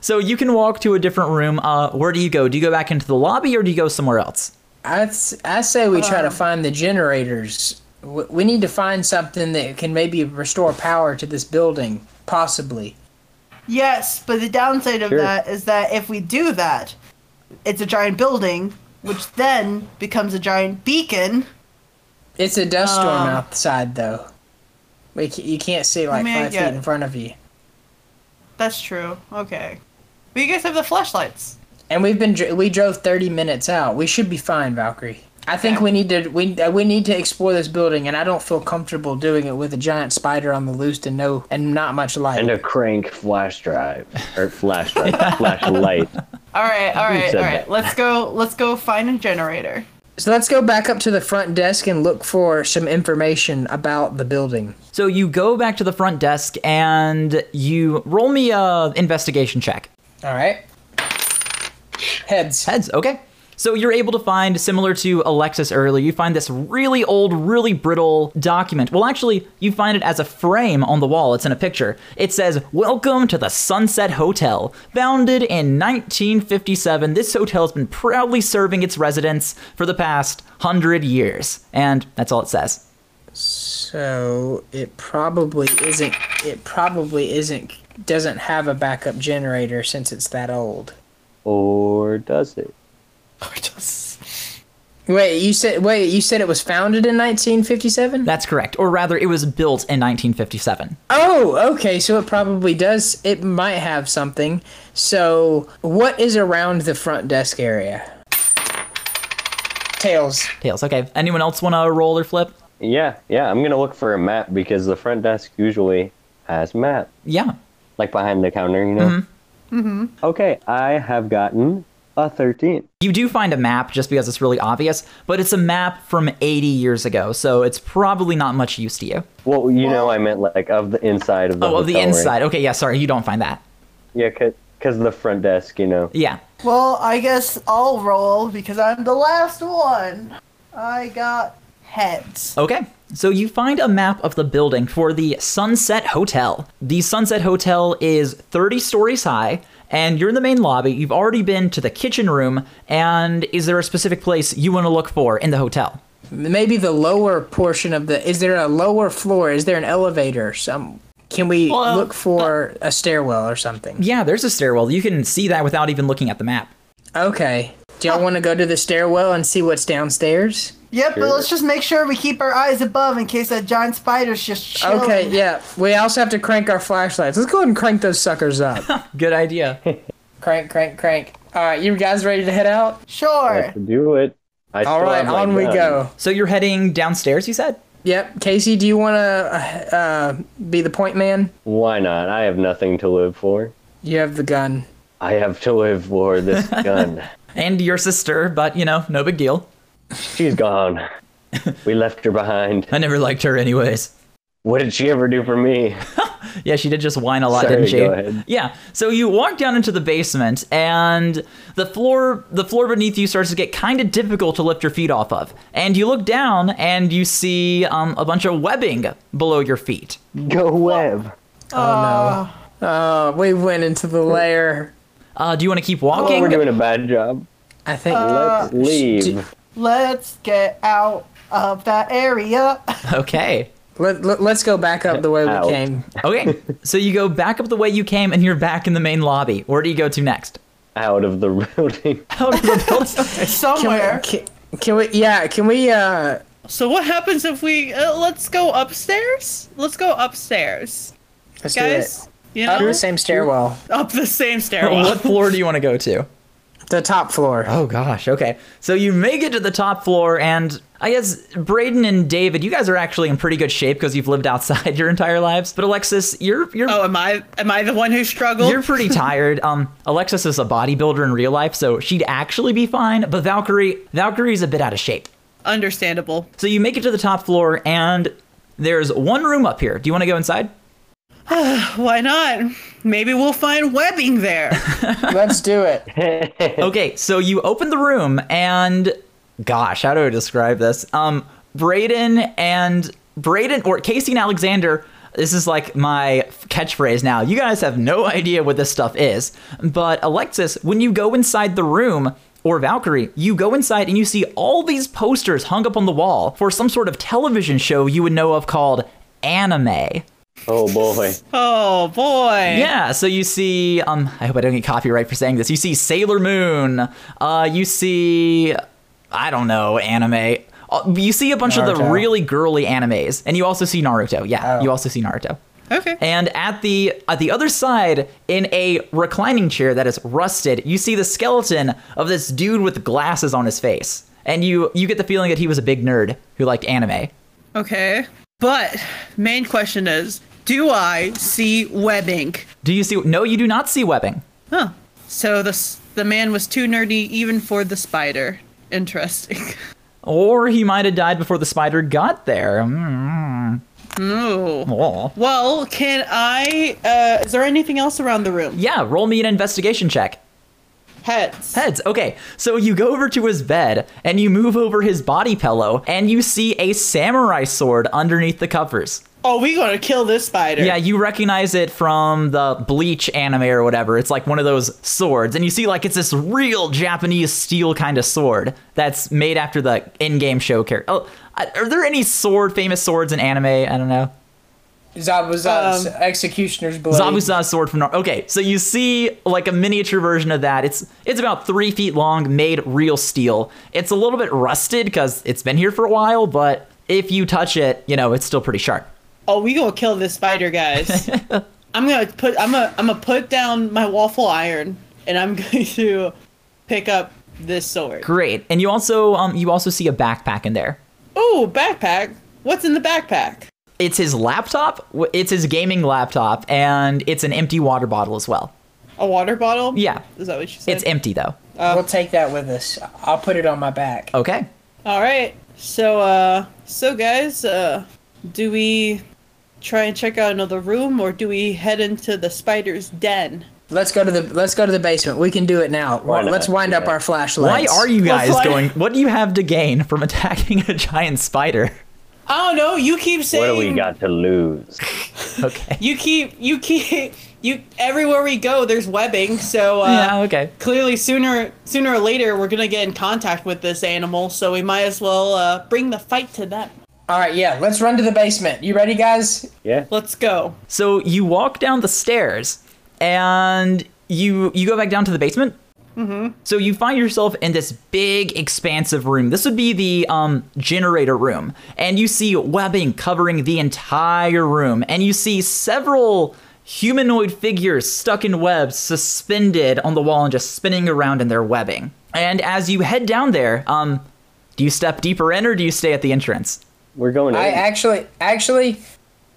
Speaker 1: So you can walk to a different room. Uh, where do you go? Do you go back into the lobby or do you go somewhere else?
Speaker 3: I, s- I say we try to find the generators. W- We need to find something that can maybe restore power to this building, possibly.
Speaker 6: yes, but the downside of
Speaker 4: Sure.
Speaker 6: that is that if we do that, it's a giant building, which then becomes a giant beacon.
Speaker 3: It's a dust storm outside, though. We c- you can't see like
Speaker 2: mean,
Speaker 3: five
Speaker 2: yeah.
Speaker 3: feet in front of you.
Speaker 2: That's true. Okay. But you guys have the flashlights.
Speaker 3: And we've been dr- we drove 30 minutes out. We should be fine, Valkyrie. I think we need to we uh, we need to explore this building, and I don't feel comfortable doing it with a giant spider on the loose and no and not much light.
Speaker 4: And a crank flash drive or flash drive, flashlight.
Speaker 5: All right, all right,
Speaker 4: said
Speaker 5: all right.
Speaker 4: that?
Speaker 5: Let's go. Let's go find a generator.
Speaker 3: so let's go back up to the front desk and look for some information about the building.
Speaker 1: So you go back to the front desk and you roll me a investigation check.
Speaker 3: All right. Heads.
Speaker 1: Heads, okay. So you're able to find, similar to Alexis earlier, you find this really old, really brittle document. Well, actually, you find it as a frame on the wall. It's in a picture. It says, Welcome to the Sunset Hotel. Founded in 1957, this hotel has been proudly serving its residents for the past hundred years. And that's all it says.
Speaker 3: So it probably isn't. It probably isn't. Doesn't have a backup generator since it's that old.
Speaker 4: Or does it?
Speaker 3: Wait, you said wait, you said it was founded in 1957?
Speaker 1: That's correct. Or rather, it was built in 1957.
Speaker 3: Oh, okay, so it probably does. It might have something. So, what is around the front desk area? Tails.
Speaker 1: Tails, okay. Anyone else want to roll or flip?
Speaker 4: Yeah, yeah. I'm gonna look for a map because the front desk usually has map,
Speaker 1: Yeah.
Speaker 4: like behind the counter, you know. Mm-hmm. Okay, I have gotten a thirteen.
Speaker 1: You do find a map just because it's really obvious, but it's a map from 80 years ago, so it's probably not much use to you.
Speaker 4: Well, you know, I meant like of the inside of the.
Speaker 1: Oh, of the
Speaker 4: hotel room.
Speaker 1: inside. Okay, yeah, sorry, you don't find that.
Speaker 4: Yeah, because the front desk, you know.
Speaker 1: Yeah.
Speaker 6: Well, I guess I'll roll because I'm the last one. I got heads.
Speaker 1: Okay. So you find a map of the building for the Sunset Hotel. The Sunset Hotel is 30 stories high, and you're in the main lobby. You've already been to the kitchen room, and is there a specific place you want to look for in the hotel?
Speaker 3: Maybe the lower portion of the Is there a lower floor? Is there an elevator? Some Can we
Speaker 5: Well,
Speaker 3: look for a stairwell or something?
Speaker 1: Yeah, there's a stairwell. You can see that without even looking at the map.
Speaker 3: Okay. Do y'all want to go to the stairwell and see what's downstairs?
Speaker 6: Yep, but let's just make sure we keep our eyes above in case that giant spider's just chilling.
Speaker 3: Okay, yeah. We also have to crank our flashlights. Let's go ahead and crank those suckers up.
Speaker 1: Good idea.
Speaker 3: crank, crank, crank. All right, you guys ready to head out?
Speaker 6: Sure.
Speaker 4: Let's do it. I
Speaker 3: All
Speaker 4: still
Speaker 3: right,
Speaker 4: have my
Speaker 3: on we
Speaker 4: gun.
Speaker 3: go.
Speaker 1: so you're heading downstairs, you said?
Speaker 3: Yep, Casey, do you want to uh, uh, be the point man?
Speaker 4: Why not? I have nothing to live for.
Speaker 3: You have the gun.
Speaker 4: I have to live for this gun.
Speaker 1: and your sister, but you know, no big deal.
Speaker 4: She's gone. We left her behind.
Speaker 1: I never liked her, anyways.
Speaker 4: What did she ever do for me?
Speaker 1: Yeah, she did just whine a lot,
Speaker 4: Sorry,
Speaker 1: didn't she?
Speaker 4: go ahead.
Speaker 1: Yeah. So you walk down into the basement, and the floor, the floor beneath you starts to get kind of difficult to lift your feet off of. And you look down, and you see um, a bunch of webbing below your feet.
Speaker 4: Go web.
Speaker 3: Oh, we went into the lair.
Speaker 1: Uh, do you want to keep
Speaker 4: Oh,
Speaker 1: walking?
Speaker 4: we're doing a bad job.
Speaker 3: I think.
Speaker 1: Uh,
Speaker 4: Let's
Speaker 3: d-
Speaker 4: leave.
Speaker 6: Let's get out of that area.
Speaker 1: okay.
Speaker 3: Let, let, us go back up the way we
Speaker 4: Out.
Speaker 3: came.
Speaker 1: Okay. so you go back up the way you came, and you're back in the main lobby. Where do you go to next?
Speaker 4: Out of the building.
Speaker 1: Out of the building.
Speaker 2: somewhere.
Speaker 3: Can, can we? Yeah, can we? Uh,
Speaker 5: So what happens if we uh, let's go upstairs? Let's go upstairs,
Speaker 3: let's
Speaker 5: guys. You
Speaker 3: do it. Up
Speaker 5: know,
Speaker 3: the same stairwell,
Speaker 5: up the same stairwell.
Speaker 1: what floor do you want to go to?
Speaker 3: the top floor.
Speaker 1: Oh gosh, okay. So you make it to the top floor, and I guess Braden and David, you guys are actually in pretty good shape because you've lived outside your entire lives. But Alexis, you're you're
Speaker 5: Oh, am I am I the one who struggled?
Speaker 1: you're pretty tired. Um, Alexis is a bodybuilder in real life, so she'd actually be fine. But Valkyrie, Valkyrie's a bit out of shape.
Speaker 5: Understandable.
Speaker 1: So you make it to the top floor, and there's one room up here. Do you want to go inside?
Speaker 5: Why not? Maybe we'll find webbing there.
Speaker 3: Let's do it.
Speaker 1: Okay, so you open the room and gosh, how do I describe this? Um Braden and Braden or Casey and Alexander, this is like my catchphrase now. You guys have no idea what this stuff is. But Alexis, when you go inside the room or Valkyrie, you go inside and you see all these posters hung up on the wall for some sort of television show you would know of called anime.
Speaker 4: oh boy.
Speaker 5: Oh boy.
Speaker 1: Yeah, so you see, um, I hope I don't get copyright for saying this. You see Sailor Moon. Uh, you see, I don't know, anime. Uh, You see a bunch of the
Speaker 3: Naruto.
Speaker 1: really girly animes, and you also see Naruto. Yeah, you also see Naruto.
Speaker 5: Okay.
Speaker 1: And at the at the other side, in a reclining chair that is rusted, you see the skeleton of this dude with glasses on his face, and you you get the feeling that he was a big nerd who liked anime.
Speaker 5: Okay. But main question is, do I see webbing?
Speaker 1: Do you see? No, you do not see webbing.
Speaker 5: Huh. So the s- the man was too nerdy even for the spider. Interesting.
Speaker 1: Or he might have died before the spider got there.
Speaker 5: Hmm.
Speaker 1: Mm.
Speaker 5: Ooh.
Speaker 1: Oh.
Speaker 5: Well, can I? Uh, is there anything else around the room?
Speaker 1: Yeah, roll me an investigation check.
Speaker 5: Heads.
Speaker 1: Heads. Okay, so you go over to his bed and you move over his body pillow and you see a samurai sword underneath the covers.
Speaker 5: Oh, we gonna kill this spider.
Speaker 1: Yeah, you recognize it from the Bleach anime or whatever. It's like one of those swords, and you see like it's this real Japanese steel kind of sword that's made after the in-game show character. Oh, I- are there any sword famous swords in anime? I don't know.
Speaker 3: Zabuza's
Speaker 5: Um,
Speaker 3: executioner's blade.
Speaker 1: Zabuza's sword from Naruto. Okay, so you see like a miniature version of that. It's it's about three feet long, made real steel. It's a little bit rusted because it's been here for a while, but if you touch it, you know it's still pretty sharp.
Speaker 5: Oh, we gonna kill this spider, guys. I'm gonna put. I'm gonna. I'm gonna put down my waffle iron, and I'm going to pick up this sword.
Speaker 1: Great, and you also um you also see a backpack in there.
Speaker 5: Oh, backpack. What's in the backpack?
Speaker 1: It's his laptop. w- It's his gaming laptop, and it's an empty water bottle as well.
Speaker 5: A water bottle.
Speaker 1: Yeah.
Speaker 5: Is that what you said?
Speaker 1: It's empty though.
Speaker 3: Uh, we'll take that with us. I'll put it on my back.
Speaker 1: Okay.
Speaker 5: All right. So, uh, so guys, uh, do we try and check out another room, or do we head into the spider's den?
Speaker 3: Let's go to the let's go to the basement. We can do it now.
Speaker 4: Why not?
Speaker 3: let's wind up
Speaker 4: Yeah.
Speaker 3: our flashlights.
Speaker 1: Why are you
Speaker 5: Well,
Speaker 1: guys
Speaker 5: fly-
Speaker 1: going? What do you have to gain from attacking a giant spider?
Speaker 5: I don't know. Oh, You keep saying.
Speaker 4: What do we got to lose?
Speaker 1: Okay.
Speaker 5: You keep. You keep. You everywhere we go, there's webbing. So uh,
Speaker 1: yeah. Okay.
Speaker 5: clearly, sooner sooner or later, we're gonna get in contact with this animal. So we might as well uh, bring the fight to them.
Speaker 3: All right, yeah. Let's run to the basement. You ready, guys?
Speaker 4: Yeah.
Speaker 5: Let's go.
Speaker 1: So you walk down the stairs and you you go back down to the basement. Mm-hmm. So you find yourself in this big, expansive room. This would be the um, generator room, and you see webbing covering the entire room, and you see several humanoid figures stuck in webs, suspended on the wall and just spinning around in their webbing. And as you head down there, um, do you step deeper in or do you stay at the entrance?
Speaker 4: We're going in.
Speaker 3: I actually actually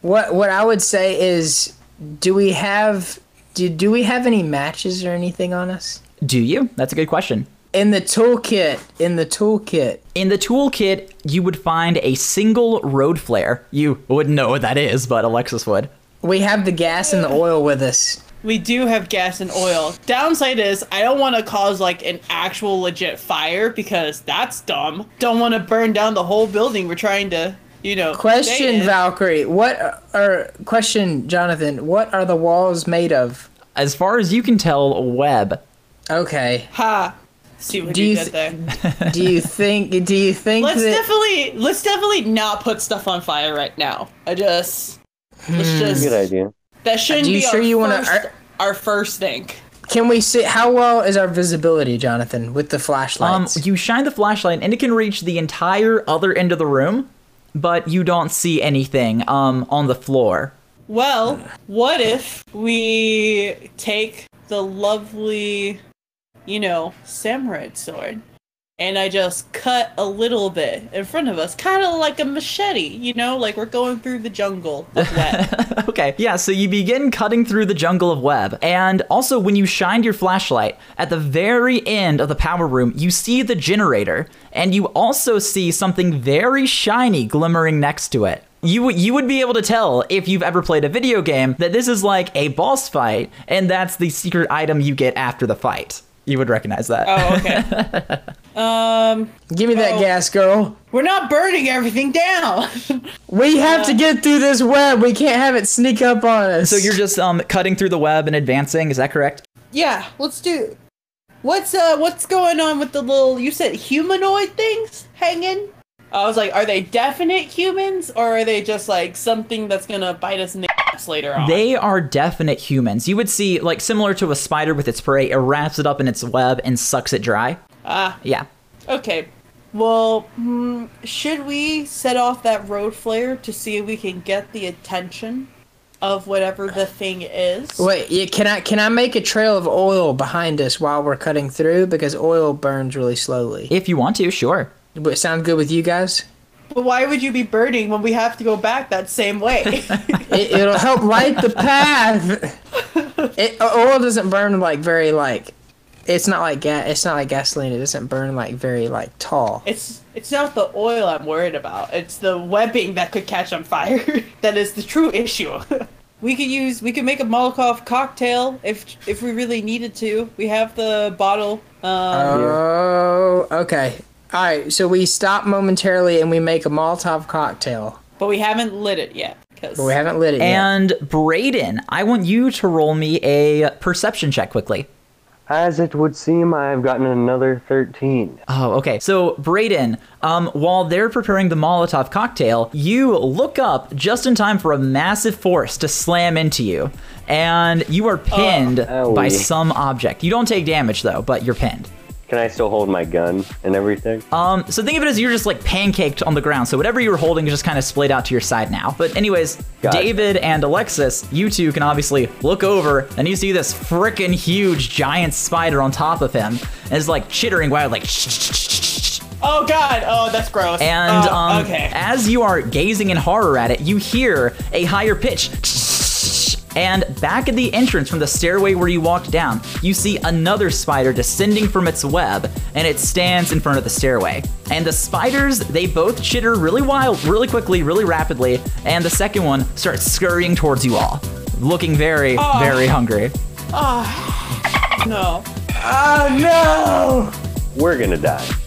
Speaker 3: what what I would say is do we have do, do we have any matches or anything on us?
Speaker 1: Do you? That's a good question.
Speaker 3: In the toolkit, in the toolkit.
Speaker 1: In the toolkit, you would find a single road flare. You wouldn't know what that is, but Alexis would.
Speaker 3: We have the gas and the oil with us.
Speaker 5: We do have gas and oil. Downside is I don't want to cause like an actual legit fire because that's dumb. Don't want to burn down the whole building we're trying to, you know. stay
Speaker 3: Question
Speaker 5: in.
Speaker 3: Valkyrie, what are question Jonathan, what are the walls made of?
Speaker 1: As far as you can tell, web.
Speaker 3: Okay.
Speaker 5: Ha. See what
Speaker 3: Do
Speaker 5: you,
Speaker 3: you
Speaker 5: did there.
Speaker 3: Do you think do you think
Speaker 5: Let's
Speaker 3: that
Speaker 5: definitely let's definitely not put stuff on fire right now. I just let's
Speaker 4: Hmm. Good
Speaker 5: just
Speaker 4: idea.
Speaker 5: that shouldn't
Speaker 3: Do you
Speaker 5: be
Speaker 3: sure
Speaker 5: our
Speaker 3: you wanna-
Speaker 5: 1st
Speaker 3: are-
Speaker 5: our first thing.
Speaker 3: Can we see how well is our visibility, Jonathan, with the
Speaker 1: Um,
Speaker 3: flashlights?
Speaker 1: you shine the flashlight, and it can reach the entire other end of the room, but you don't see anything um, on the floor.
Speaker 5: Well, what if we take the lovely, you know, samurai sword and I just cut a little bit in front of us, kind of like a machete, you know, like we're going through the jungle with wet.
Speaker 1: Okay, yeah, so you begin cutting through the jungle of web. And also, when you shined your flashlight, at the very end of the power room, you see the generator, and you also see something very shiny glimmering next to it. You, would you would be able to tell if you've ever played a video game that this is like a boss fight, and that's the secret item you get after the fight. You would recognize that.
Speaker 5: oh, okay. Um,
Speaker 3: Give me that
Speaker 5: oh.
Speaker 3: gas, girl.
Speaker 5: we're not burning everything down.
Speaker 3: We have to get through this web. We can't have it sneak up on us.
Speaker 1: So you're just um, cutting through the web and advancing, is that correct?
Speaker 5: yeah, let's do. What's uh what's going on with the little you said humanoid things hanging? I was like, are they definite humans or are they just like something that's gonna bite us in the ass later on?
Speaker 1: They are definite humans. You would see, like, similar to a spider with its prey, it wraps it up in its web and sucks it dry.
Speaker 5: Ah.
Speaker 1: Yeah.
Speaker 5: okay. Well, hmm, should we set off that road flare to see if we can get the attention of whatever the thing is.
Speaker 3: Wait, yeah, can I can I make a trail of oil behind us while we're cutting through because oil burns really slowly?
Speaker 1: If you want to, sure.
Speaker 3: Would it sound good with you guys?
Speaker 5: But why would you be burning when we have to go back that same way?
Speaker 3: It, it'll help light the path. It, oil doesn't burn like very like. It's not like ga- It's not like gasoline. It doesn't burn like very like tall.
Speaker 5: it's it's not the oil I'm worried about. It's the webbing that could catch on fire. that is the true issue. we could use we could make a Molotov cocktail if if we really needed to. We have the bottle.
Speaker 3: Uh,
Speaker 5: Um,
Speaker 3: Oh, okay. All right. So we stop momentarily and we make a Molotov cocktail,
Speaker 5: but we haven't lit it yet. 'cause-
Speaker 3: but we haven't lit it yet.
Speaker 1: And Brayden, I want you to roll me a perception check quickly.
Speaker 4: As it would seem, I've gotten another 13.
Speaker 1: Oh, okay. So, Brayden, um, while they're preparing the Molotov cocktail, you look up just in time for a massive force to slam into you, and you are pinned
Speaker 4: Owie.
Speaker 1: by some object. You don't take damage though, but you're pinned.
Speaker 4: Can I still hold my gun and everything?
Speaker 1: Um, so think of it as you're just like pancaked on the ground. So whatever you're holding is just kind of splayed out to your side now. But anyways,
Speaker 4: Gotcha.
Speaker 1: David and Alexis, you two can obviously look over and you see this frickin' huge giant spider on top of him, and it's like chittering wild, like. "Shh, shh, shh, shh, shh."
Speaker 5: Oh God! Oh, that's gross.
Speaker 1: And
Speaker 5: Oh,
Speaker 1: um,
Speaker 5: okay.
Speaker 1: as you are gazing in horror at it, you hear a higher pitch. And back at the entrance from the stairway where you walked down, you see another spider descending from its web, and it stands in front of the stairway. And the spiders, they both chitter really wild, really quickly, really rapidly, and the second one starts scurrying towards you all, looking very, very hungry.
Speaker 5: no.
Speaker 3: Oh no!
Speaker 4: We're gonna die.